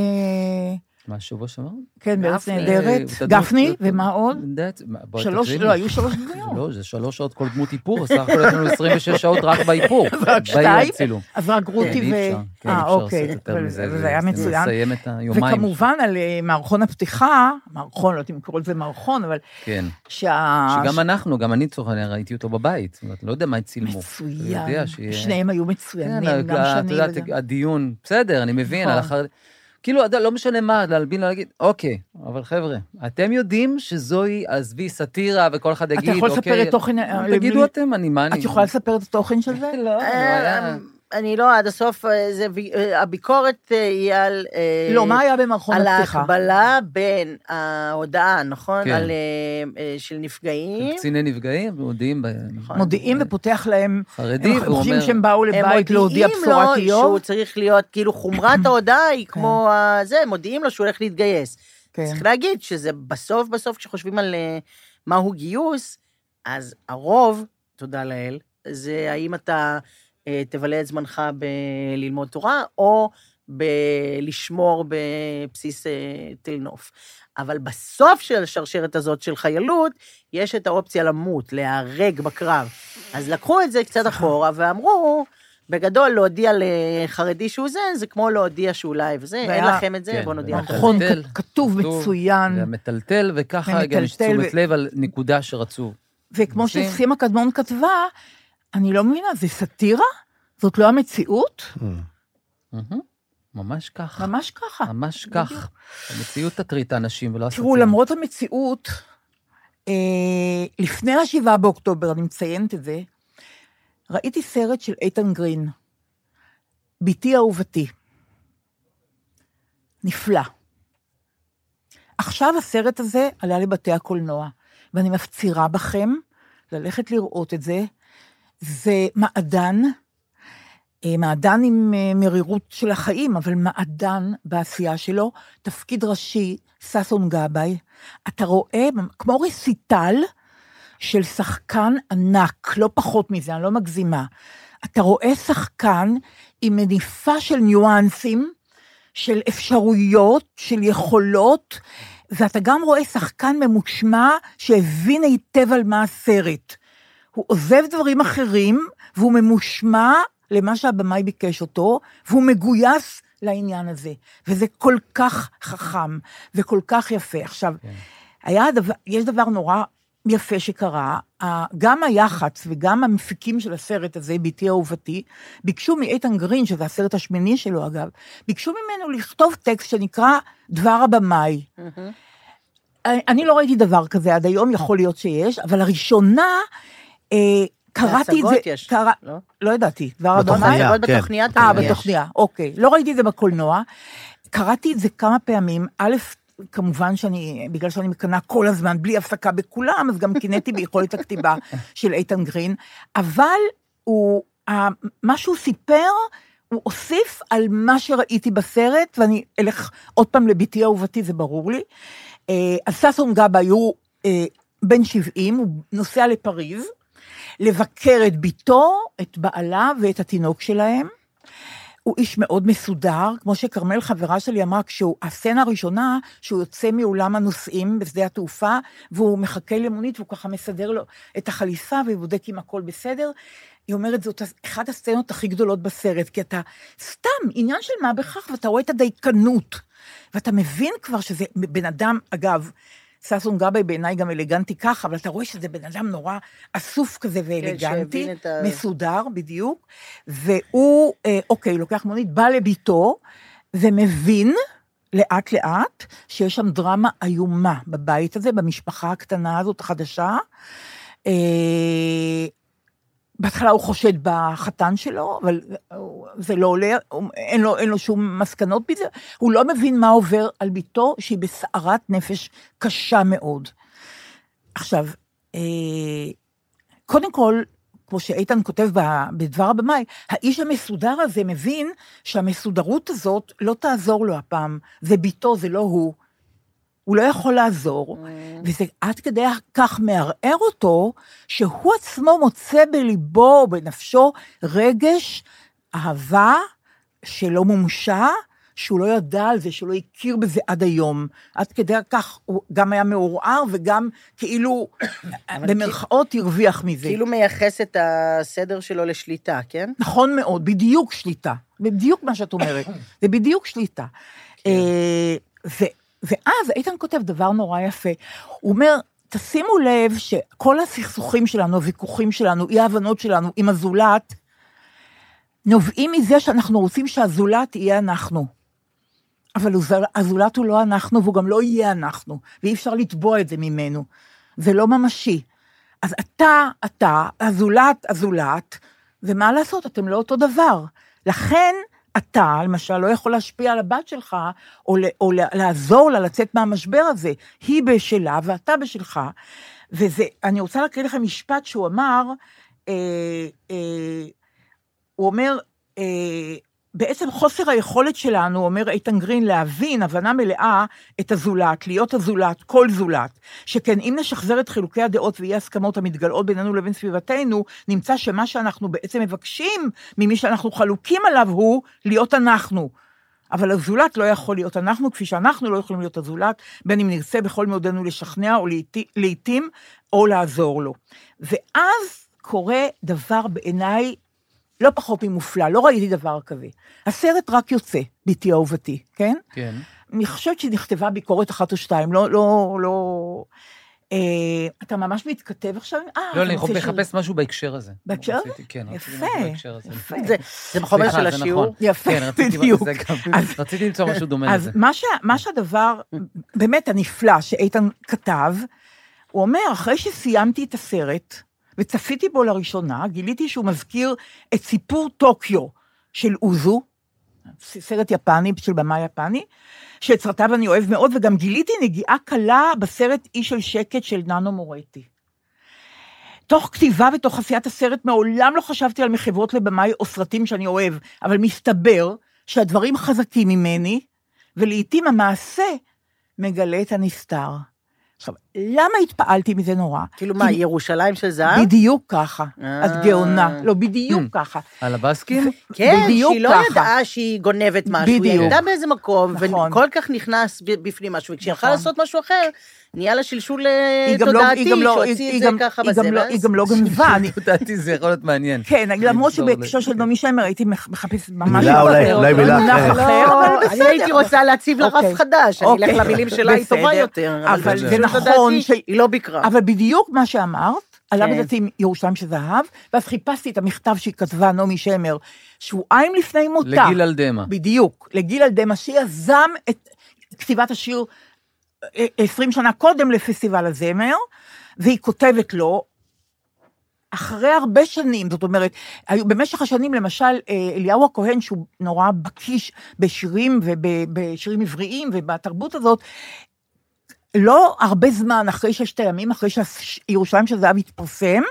מה, שבוע שעבר? כן, בארץ גפני. נהדרת. אה, גפני, תדמות- ומה עוד? יודעת, מה, בואי שלוש- תקשיבי. לא, היו שלוש דמויות. לא, זה שלוש שעות כל דמות איפור, סך הכול יש לנו 26 שעות רק באיפור. רק שתיים? הצילום. אז רק כן, רותי ו... אי אפשר, כן, אי אה, אפשר אוקיי. לעשות יותר אבל- מזה, אבל זה- זה היה זה מצוין. מסיים את היומיים. וכמובן על אה, מערכון הפתיחה, מערכון, לא יודעת אם קוראים לזה מערכון, אבל... כן. שה... שגם אנחנו, גם אני לצורך העניין ראיתי אותו בבית, זאת אומרת, לא יודע מה צילמו. מצוין. אתה יודע שיהיה- שניהם היו כן, מצוינים, גם ה- את שני יודעת, וגם... הדיון, בסדר, אני מבין, נכון. על החר... כאילו, אתה- לא משנה מה, להלבין, להגיד, אוקיי, אבל חבר'ה, אתם יודעים שזוהי, עזבי, סאטירה, וכל אחד יגיד, אתה אוקיי... יכול לספר את תוכן... ה- תגידו אתם, אני, מה אני... את יכולה לספר את התוכן של זה? לא, אה, אני לא עד הסוף, אה, זה וי- אה, הביקורת אה, היא על... אה, לא, מה היה במערכון על הפתיחה? ההקבלה בין ההודעה, נכון? כן. על, אה, אה, של נפגעים. קציני נפגעים, מודיעים, ב- מודיעים ופותח להם... חרדי, הם והוא חושבים אומר... שהם באו לבית להודיע מודיעים בשורת לו שהוא איוב. צריך להיות, כאילו חומרת ההודעה היא כמו ה- זה, מודיעים לו שהוא הולך להתגייס. כן. צריך להגיד שזה בסוף בסוף, כשחושבים על אה, מהו גיוס, אז הרוב, תודה לאל, זה האם אתה אה, תבלה את זמנך בללמוד תורה, או בלשמור בבסיס אה, תל נוף. אבל בסוף של השרשרת הזאת של חיילות, יש את האופציה למות, להיהרג בקרב. אז לקחו את זה קצת אחורה ואמרו, בגדול, להודיע לחרדי שהוא זה, זה כמו להודיע שאולי וזה, אין והיה- נכון. לכם את זה, כן, בוא נודיע לכם. מערכון מטלטל, כ- כתוב מצוין, מטלטל, וככה גם יש ומטלטל ו- תשומת לב על נקודה שרצו. וכמו עושים. שסימה קדמון כתבה, אני לא מבינה, זה סאטירה? זאת לא המציאות? מהמם. ממש כך. ממש ככה. ממש כך. המציאות תטריד את האנשים ולא הסטטירה. תראו, למרות המציאות, אה, לפני ה-7 באוקטובר, אני מציינת את זה, ראיתי סרט של איתן גרין, בתי אהובתי. נפלא. עכשיו הסרט הזה עלה לבתי הקולנוע, ואני מפצירה בכם ללכת לראות את זה. זה מעדן, אה, מעדן עם אה, מרירות של החיים, אבל מעדן בעשייה שלו, תפקיד ראשי, ששון גבאי. אתה רואה, כמו רסיטל של שחקן ענק, לא פחות מזה, אני לא מגזימה. אתה רואה שחקן עם מניפה של ניואנסים, של אפשרויות, של יכולות, ואתה גם רואה שחקן ממושמע שהבין היטב על מה הסרט. הוא עוזב דברים אחרים, והוא ממושמע למה שהבמאי ביקש אותו, והוא מגויס לעניין הזה. וזה כל כך חכם, וכל כך יפה. עכשיו, היה הדבר, יש דבר נורא יפה שקרה, ה- גם היח"צ וגם המפיקים של הסרט הזה, ביתי אהובתי, ביקשו מאיתן גרין, שזה הסרט השמיני שלו אגב, ביקשו ממנו לכתוב טקסט שנקרא דבר הבמאי. אני אני לא ראיתי דבר כזה עד היום, יכול להיות שיש, אבל לראשונה אה, קראתי את זה... בהצגות יש, קרא, לא? לא ידעתי, דבר בתוכניה, הבמאי. בהצגות כן. בתוכניה אתה אה, אומר. בתוכניה, אוקיי. לא ראיתי את זה בקולנוע. קראתי את זה כמה פעמים, א', כמובן שאני, בגלל שאני מקנאה כל הזמן, בלי הפסקה בכולם, אז גם קינאתי ביכולת הכתיבה של איתן גרין, אבל הוא, ה- מה שהוא סיפר, הוא הוסיף על מה שראיתי בסרט, ואני אלך עוד פעם לביתי אהובתי, זה ברור לי. אה, אז ששון גבה היו אה, בן 70, הוא נוסע לפריז, לבקר את ביתו, את בעלה ואת התינוק שלהם. הוא איש מאוד מסודר, כמו שכרמל חברה שלי אמרה, כשהוא, הסצנה הראשונה, שהוא יוצא מאולם הנוסעים בשדה התעופה, והוא מחכה למונית, והוא ככה מסדר לו את החליפה, ובודק אם הכל בסדר. היא אומרת, זאת אחת הסצנות הכי גדולות בסרט, כי אתה סתם עניין של מה בכך, ואתה רואה את הדייקנות. ואתה מבין כבר שזה בן אדם, אגב, ששון גבאי בעיניי גם אלגנטי ככה, אבל אתה רואה שזה בן אדם נורא אסוף כזה ואלגנטי, כן, שהבין את ה- מסודר בדיוק, והוא, אה, אוקיי, לוקח מונית, בא לביתו, ומבין לאט-לאט שיש שם דרמה איומה בבית הזה, במשפחה הקטנה הזאת, החדשה. אה, בהתחלה הוא חושד בחתן שלו, אבל הוא- זה לא עולה, הוא- אין לו, אין לו שום מסקנות מזה, הוא לא מבין מה עובר על ביתו, שהיא בסערת נפש קשה מאוד. עכשיו, אה, קודם כל, כמו שאיתן כותב ב- בדבר הבמאי, האיש המסודר הזה מבין שהמסודרות הזאת לא תעזור לו הפעם. זה ביתו, זה לא הוא. הוא לא יכול לעזור, וזה עד כדי כך מערער אותו, שהוא עצמו מוצא בליבו, בנפשו, רגש, אהבה שלא מומשה, שהוא לא ידע על זה, שהוא לא הכיר בזה עד היום. עד כדי כך הוא גם היה מעורער וגם כאילו, במרכאות, הרוויח מזה. כאילו מייחס את הסדר שלו לשליטה, כן? נכון מאוד, בדיוק שליטה. בדיוק מה שאת אומרת. זה בדיוק שליטה. אה, ו- ואז איתן כותב דבר נורא יפה. הוא אומר, תשימו לב שכל הסכסוכים שלנו, הוויכוחים שלנו, אי-ההבנות שלנו עם הזולת, נובעים מזה שאנחנו רוצים שהזולת יהיה אנחנו. אבל הזול- הזולת הוא לא אנחנו, והוא גם לא יהיה אנחנו, ואי אפשר לתבוע את זה ממנו. זה לא ממשי. אז אתה, אתה, הזולת, הזולת, ומה לעשות, אתם לא אותו דבר. לכן אתה, למשל, לא יכול להשפיע על הבת שלך, או, ל- או ל- לעזור לה לצאת מהמשבר הזה. היא בשלה ואתה בשלך. וזה, אני רוצה להקריא לכם משפט שהוא אמר, אה, אה, הוא אומר, אה, בעצם חוסר היכולת שלנו, אומר איתן גרין, להבין הבנה מלאה את הזולת, להיות הזולת, כל זולת. שכן אם נשחזר את חילוקי הדעות ואי ההסכמות המתגלעות בינינו לבין סביבתנו, נמצא שמה שאנחנו בעצם מבקשים ממי שאנחנו חלוקים עליו הוא להיות אנחנו. אבל הזולת לא יכול להיות אנחנו, כפי שאנחנו לא יכולים להיות הזולת, בין אם נרצה בכל מאודנו לשכנע או לעתי- לעתים, או לעזור לו. ואז קורה דבר בעיניי לא פחות ממופלא, לא ראיתי דבר כזה. הסרט רק יוצא, ביתי אהובתי, כן? כן. אני חושבת שנכתבה ביקורת אחת או שתיים, לא, לא, לא... אה, אתה ממש מתכתב עכשיו? אה, לא, אתה אני רוצה ש- מחפש משהו בהקשר הזה. בהקשר? רציתי- כן, רציתי יפה, משהו בהקשר הזה. יפה. זה בחומר סליחה, של זה השיעור? נכון. יפה, כן, רציתי- בדיוק. זה גם- אז- רציתי למצוא משהו דומה אז לזה. מה, שה, מה שהדבר באמת הנפלא שאיתן כתב, הוא אומר, אחרי שסיימתי את הסרט וצפיתי בו לראשונה, גיליתי שהוא מזכיר את סיפור טוקיו של אוזו, סרט יפני של במה יפני, שאת סרטיו אני אוהב מאוד, וגם גיליתי נגיעה קלה בסרט אי של שקט של ננו מורטי. תוך כתיבה ותוך עשיית הסרט מעולם לא חשבתי על מחברות לבמאי או סרטים שאני אוהב, אבל מסתבר שהדברים חזקים ממני, ולעיתים המעשה מגלה את הנסתר. עכשיו, למה התפעלתי מזה נורא? כאילו מה, ירושלים של זהב? אה. Hmm. בדיוק ככה. את גאונה. לא, בדיוק ככה. על הבסקים? כן, בדיוק שהיא לא ככה. ידעה שהיא גונבת משהו, היא בדיוק. נכון. ידעה באיזה מקום, וכל כך נכנס ב- בפנים משהו, וכשהיא הלכה לעשות משהו אחר, נהיה לה שלשול אה, היא גם לא- היא תודעתי, גם לא- שהוציא היא את זה גם- ככה היא גם בזה, לא- ואז- היא גם לא גנבה. אני- לדעתי זה יכול להיות מעניין. כן, למרות שבהקשר של נעמי שמר הייתי מח- מחפשת ממש... משהו אולי- אחר. אולי מילה מונח אחרת. לא, אבל אני בסדר. הייתי רוצה להציב לה רף אוקיי. חדש, אני אוקיי. אלך למילים שלה, היא טובה בסדר. יותר, אבל אבל זה זה פשוט נכון לדעתי, ש... היא לא ביקרה. אבל בדיוק מה שאמרת, עלה כן. בדעתי עם ירושלים של זהב, ואז חיפשתי את המכתב שהיא כתבה, נעמי שמר, שבועיים לפני מותה. לגיל אלדמה. בדיוק, לגיל אלדמה, שיזם את כתיבת השיר אה, 20 שנה קודם לפסטיבל הזמר, והיא כותבת לו, אחרי הרבה שנים, זאת אומרת, היו, במשך השנים, למשל, אה, אליהו הכהן, שהוא נורא בקיש בשירים ובשירים עבריים ובתרבות הזאת, לא הרבה זמן אחרי ששת הימים, אחרי שירושלים של זהב התפרסם,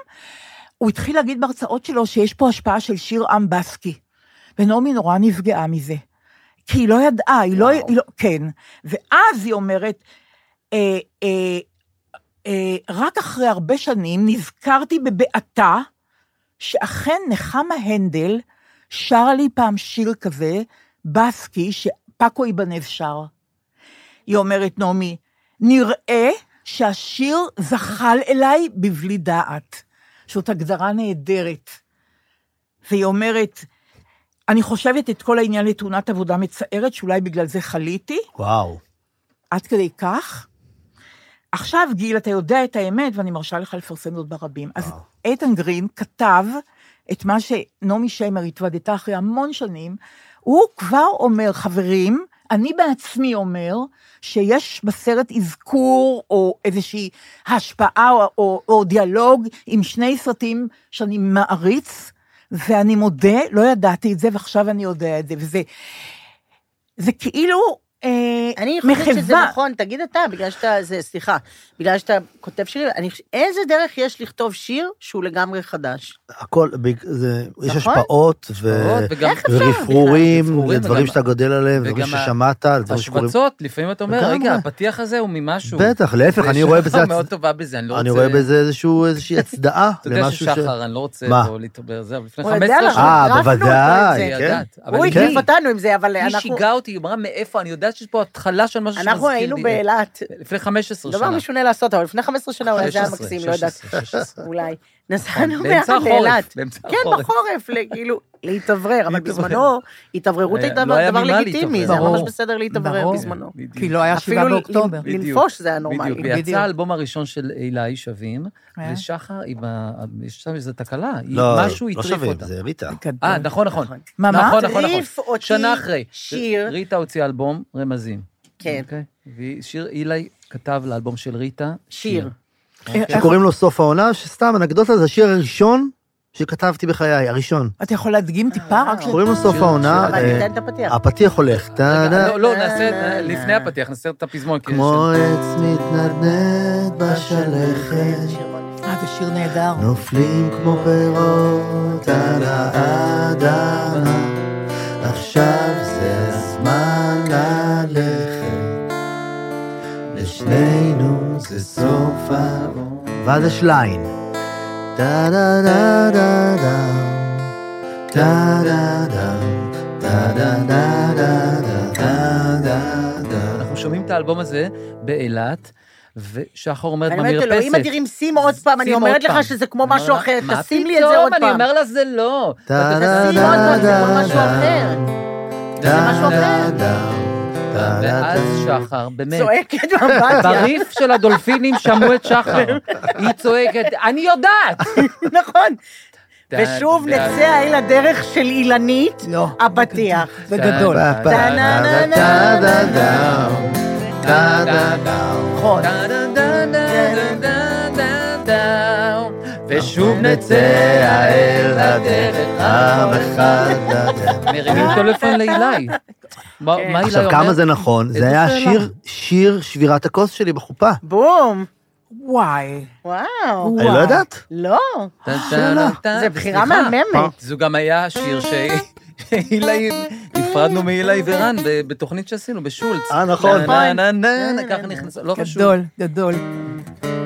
הוא התחיל להגיד בהרצאות שלו שיש פה השפעה של שיר עם בסקי. ונעמי נורא נפגעה מזה. כי היא לא ידעה, היא לא, היא לא... כן. ואז היא אומרת, אה, אה, אה, רק אחרי הרבה שנים נזכרתי בבעתה שאכן נחמה הנדל שרה לי פעם שיר כזה, בסקי, שפאקו איבנב שר. היא אומרת, נעמי, נראה שהשיר זחל אליי בבלי דעת. זאת הגדרה נהדרת. והיא אומרת, אני חושבת את כל העניין לתאונת עבודה מצערת, שאולי בגלל זה חליתי, וואו. עד כדי כך. עכשיו, גיל, אתה יודע את האמת, ואני מרשה לך לפרסם זאת ברבים. אז איתן גרין כתב את מה שנעמי שמר התוודתה אחרי המון שנים. הוא כבר אומר, חברים, אני בעצמי אומר שיש בסרט אזכור או איזושהי השפעה או, או, או דיאלוג עם שני סרטים שאני מעריץ, ואני מודה, לא ידעתי את זה ועכשיו אני יודע את זה, וזה זה כאילו אה, מחווה. אני חושבת שזה נכון, תגיד אתה, בגלל שאתה, זה, סליחה, בגלל שאתה כותב שירים, אני, חוש- איזה דרך יש לכתוב שיר שהוא לגמרי חדש? הכל, בג- זה- יש נכון? השפעות ו- השפעות, וגם- איך אפשר ורפרורים, רפרורים לדברים וגם- שאתה גדל עליהם, לדברים וגם ה- ששמעת, לדברים שקורים. השבצות, לפעמים אתה אומר, לגמרי. רגע, הפתיח הזה הוא ממשהו. בטח, להפך, זה אני רואה בזה שחר הצ- מאוד טובה בזה, אני לא רוצה... אני רואה בזה איזשהו- איזושהי הצדעה אתה יודע למשהו ש- ששחר, אני לא רוצה מה? פה להתעבר זה, אבל לפני הוא יודע 15 לעשות, אה, ערפנו אותו שנה. עם בוודאי, זה. כן. ידעת, אבל הוא היא- הדליף אותנו עם זה, אבל היא אנחנו... שיגעה אותי, היא אמרה, מאיפה? אני יודעת שיש פה התחלה של משהו שמזכיר לי. אה, אנחנו היינו באילת. לפני 15 שנה. דבר משונה לעשות, אבל לפני 15 שנה אולי זה היה 16, מקסים, לא יודעת. 16, 16. אולי. נסענו באמצע מעט החורף, לאילת. באמצע כן, החורף. בחורף, ל- כאילו, להתאוורר, אבל בזמנו התאווררות אה, היה- הייתה לא היה דבר ממה לגיטימי, זה היה להתאוורר. ממש ברור. בסדר להתאוורר ברור. בזמנו. כי לא היה שבעה אפילו באוקטובר. ל- בדיוק. לנפוש זה היה נורמלי. בדיוק, ויצא האלבום הראשון של הילה שווים, אה. ושחר, היא ב- יש שם איזו תקלה, היא- לא, משהו לא הטריף שווים, אותה. זה ריטה. אה, נכון, נכון. מה, מה? נכון, נכון, נכון. הטריף אותי שנה אחרי. שיר. ריטה הוציאה אלבום רמזים. כן. אוקיי? והיא- שיר אילי כתב לאלבום של ריטה. שיר. שקוראים לו סוף העונה, שסתם אנקדוטה, זה השיר הראשון שכתבתי בחיי, הראשון. אתה יכול להדגים טיפה? רק ש- קוראים לו סוף שיר- העונה, שיר- אה, אבל תן את הפתיח. הפתיח הולך, טה-דה, לא, לא, אה. נעשה לפני הפתיח, נעשה את הפזמון. כי כמו יש- עץ מתנדנד בשלכת, אה, זה שיר נהדר. נופלים כמו פירות על האדמה, עכשיו זה הזמן ללכת, לשנינו זה סוף העולם. ואז יש ליין. טה דה דה דה דה טה דה דה טה דה דה דה דה דה דה דה אנחנו שומעים את האלבום הזה באילת, ושחר אומרת אני אומרת, במרפסת. אלוהים אדירים, שים עוד פעם, אני שים עוד אומרת לך פעם. שזה כמו אני אומר משהו לה, אחר, "מה תשים לי את זה עוד פתאום?" אני פעם. אומר לה, זה לא. ואתה יודע, תשים עוד פעם, זה כמו משהו אחר. זה משהו אחר. ואז שחר, באמת. צועקת באמבטיה. בריף של הדולפינים שמעו את שחר. היא צועקת, אני יודעת! נכון. ושוב נצא אל הדרך של אילנית, הפתיח. בגדול. נכון. ושוב נצא אל הדרך מרימים טלפון לאילי. מה כן. מה אילי עכשיו, אומרת? כמה זה נכון? זה איזה היה שאלה. שיר, שיר שבירת הכוס שלי בחופה. בום. וואי. וואו. אני לא יודעת. לא. שאלה. זה בחירה וסליחה, אה. מהממת. זו גם היה השיר ש... אילי, נפרדנו מאילי ורן ב- בתוכנית שעשינו, בשולץ. אה, נכון. נה, נה, נה, נה, ככה נכנסו, לא חשוב. גדול, גדול.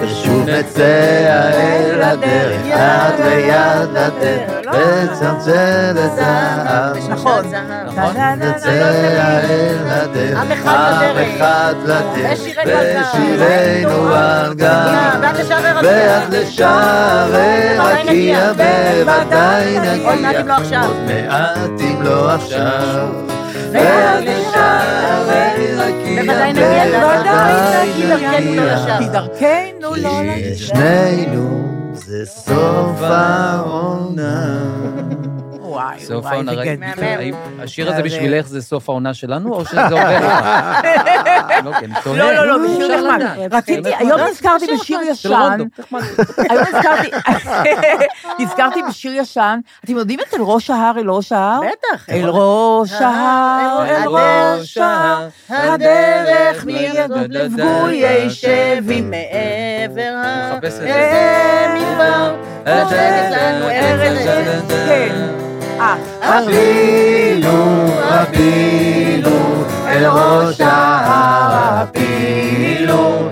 ושוב נצא אל הדרך יד ליד לדרך לצמצם את העם נכון. נצא אל הדרך עם אחד לדרך. אחד לדרך ושירנו ושירנו על על גב. גב ואת לשם ורקיע. ואת לשם ורקיע בוודאי נגיע עוד מעט אם לא עכשיו. מעט אם לא עכשיו ואת לשם ורקיע בוודאי לא נגיע, בוודאי כי דרכנו לא נגיע לשם. דרכנו לא לא, שנינו זה סוף העונה וואי, סוף וואי, העונה, זה ראית? גדול. האם השיר הזה מהמם. בשבילך זה סוף העונה שלנו, או שזה עובר לך? לא, כן, תולה. לא, לא, לא, זה אפשר שיר נחמד. לדעת. רציתי, אפשר היום לא לדעת. נזכרתי בשיר של ישן. רונדו, נחמד. היום נזכרתי, נזכרתי בשיר ישן. אתם יודעים את אל ראש ההר, אל ראש ההר? בטח. אל ראש ההר, אל ראש ההר. הדרך דה, דה, דה, מירדות דה, גויי דה, שבי מעבר מחפש את אה, המדבר, נושגת לנו ארץ. כן. אה, אפילו, אפילו, אל ראש ההר, אפילו,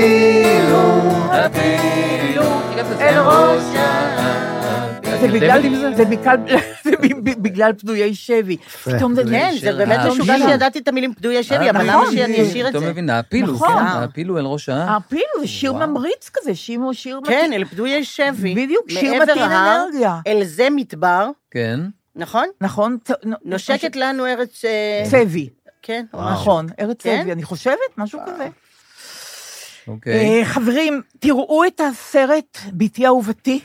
אפילו, אפילו, אל ראש אה, זה בגלל, זה בגלל, זה ב- בגלל פדויי שבי. פתאום זה, כן, זה באמת משוגע שידעתי את המילים פדויי אה, שבי, אבל למה נכון. שאני אשאיר את פתאום זה? מבינה, הפילו, נכון. אה. כן, הפילו אל ראש ההר. הפילו זה שיר ממריץ כזה, שיר שיר מתאים. כן, אל פדויי שבי. בדיוק, שיר מעבר מתאים ההר, אנרגיה. אל זה מדבר, כן. נכון? נכון. נושקת לנו ארץ... אה, צבי. כן, או משהו. נכון, ארץ כן? צבי, אני חושבת, משהו כזה. אוקיי. אה, חברים, תראו את הסרט "בתי אהובתי".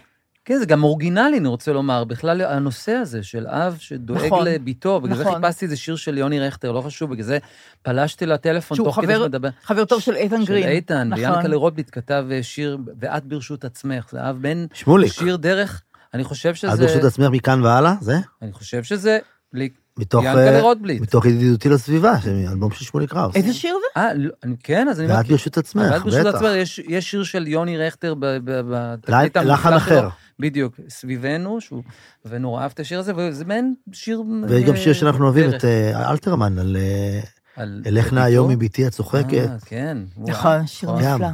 כן, זה גם אורגינלי, אני רוצה לומר. בכלל, הנושא הזה של אב שדואג נכון, לביתו, בגלל זה נכון. חיפשתי איזה שיר של יוני רכטר, לא חשוב, בגלל זה פלשתי לטלפון שהוא תוך כדי חבר- שמדבר. חבר טוב של איתן גרין. של איתן, נכון. ויענקלה רוטבליט כתב אה, שיר, ואת ברשות עצמך, זה אב בן... שמוליק. שיר דרך, אני חושב שזה... אז ברשות עצמך מכאן והלאה, זה? אני חושב שזה... לי- מתוך, יענקלה אה, רוטבליט. מתוך ידידותי לסביבה, אלבום של שמולי קראוס. איזה שיר זה? אה, לא, אני- כן, אז אני... ואת מכיר. ברשות עצמך, ואת ברשות בטח. עצמך, יש- יש שיר של יוני רכטר ב- ב- לחן בתקליט המופלא אחר. שלו. בדיוק, סביבנו, שהוא... ונורא אהב את השיר הזה, וזה מעין שיר... ויש גם שיר אה, שאנחנו אוהבים, דרך. את אה, אלתרמן, על אה, על- אלך נא על היום ביתו? מביתי הצוחקת. אה, כן. וואו. נכון, שיר גם. נפלא.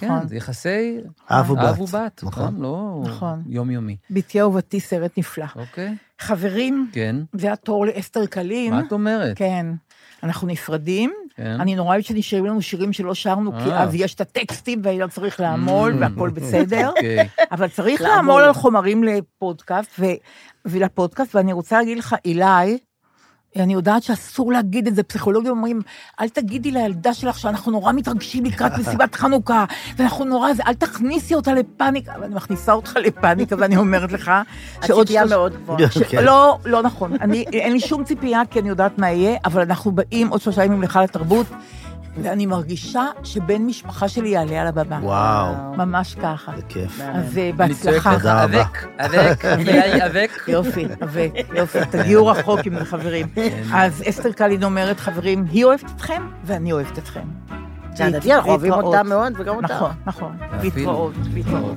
כן, נכון. זה יחסי... אב ובת. אב ובת, נכון. נכון? לא נכון. יומיומי. "בתי אהובתי" סרט נפלא. אוקיי, חברים, כן. זה התור לאסתר קלים. מה את אומרת? כן. אנחנו נפרדים. כן. אני נורא אוהבת שנשארים לנו שירים שלא שרנו, כי אה. Mm. אז יש את הטקסטים ולא צריך לעמול והכול בסדר. אוקיי. אבל צריך לעמול. לעמול על חומרים לפודקאסט, ו- ולפודקאסט, ואני רוצה להגיד לך, אילי, אני יודעת שאסור להגיד את זה, פסיכולוגים אומרים, אל תגידי לילדה שלך שאנחנו נורא מתרגשים לקראת מסיבת חנוכה, ואנחנו נורא, זה, אל תכניסי אותה לפאניקה, אבל אני מכניסה אותך לפאניקה, ואני אומרת לך, שעוד הציפייה שלוש- מאוד גבוהה. ש- כן. לא, לא נכון. אני, אין לי שום ציפייה, כי אני יודעת מה יהיה, אבל אנחנו באים עוד שלושה ימים לך לתרבות, ואני מרגישה שבן משפחה שלי יעלה על הבמה. וואו, ממש ככה. זה כיף. אז אה, בהצלחה. תודה רבה. אבק, אבק, אבק. יופי, אבק, יופי, תגיעו רחוק עם זה, חברים. כן. אז אסתר קלין אומרת, חברים, היא אוהבת אתכם ואני אוהבת אתכם. זה הדדי, אנחנו אוהבים להתראות. אותה מאוד וגם אותה. נכון, נכון. אפילו. להתראות, להתראות.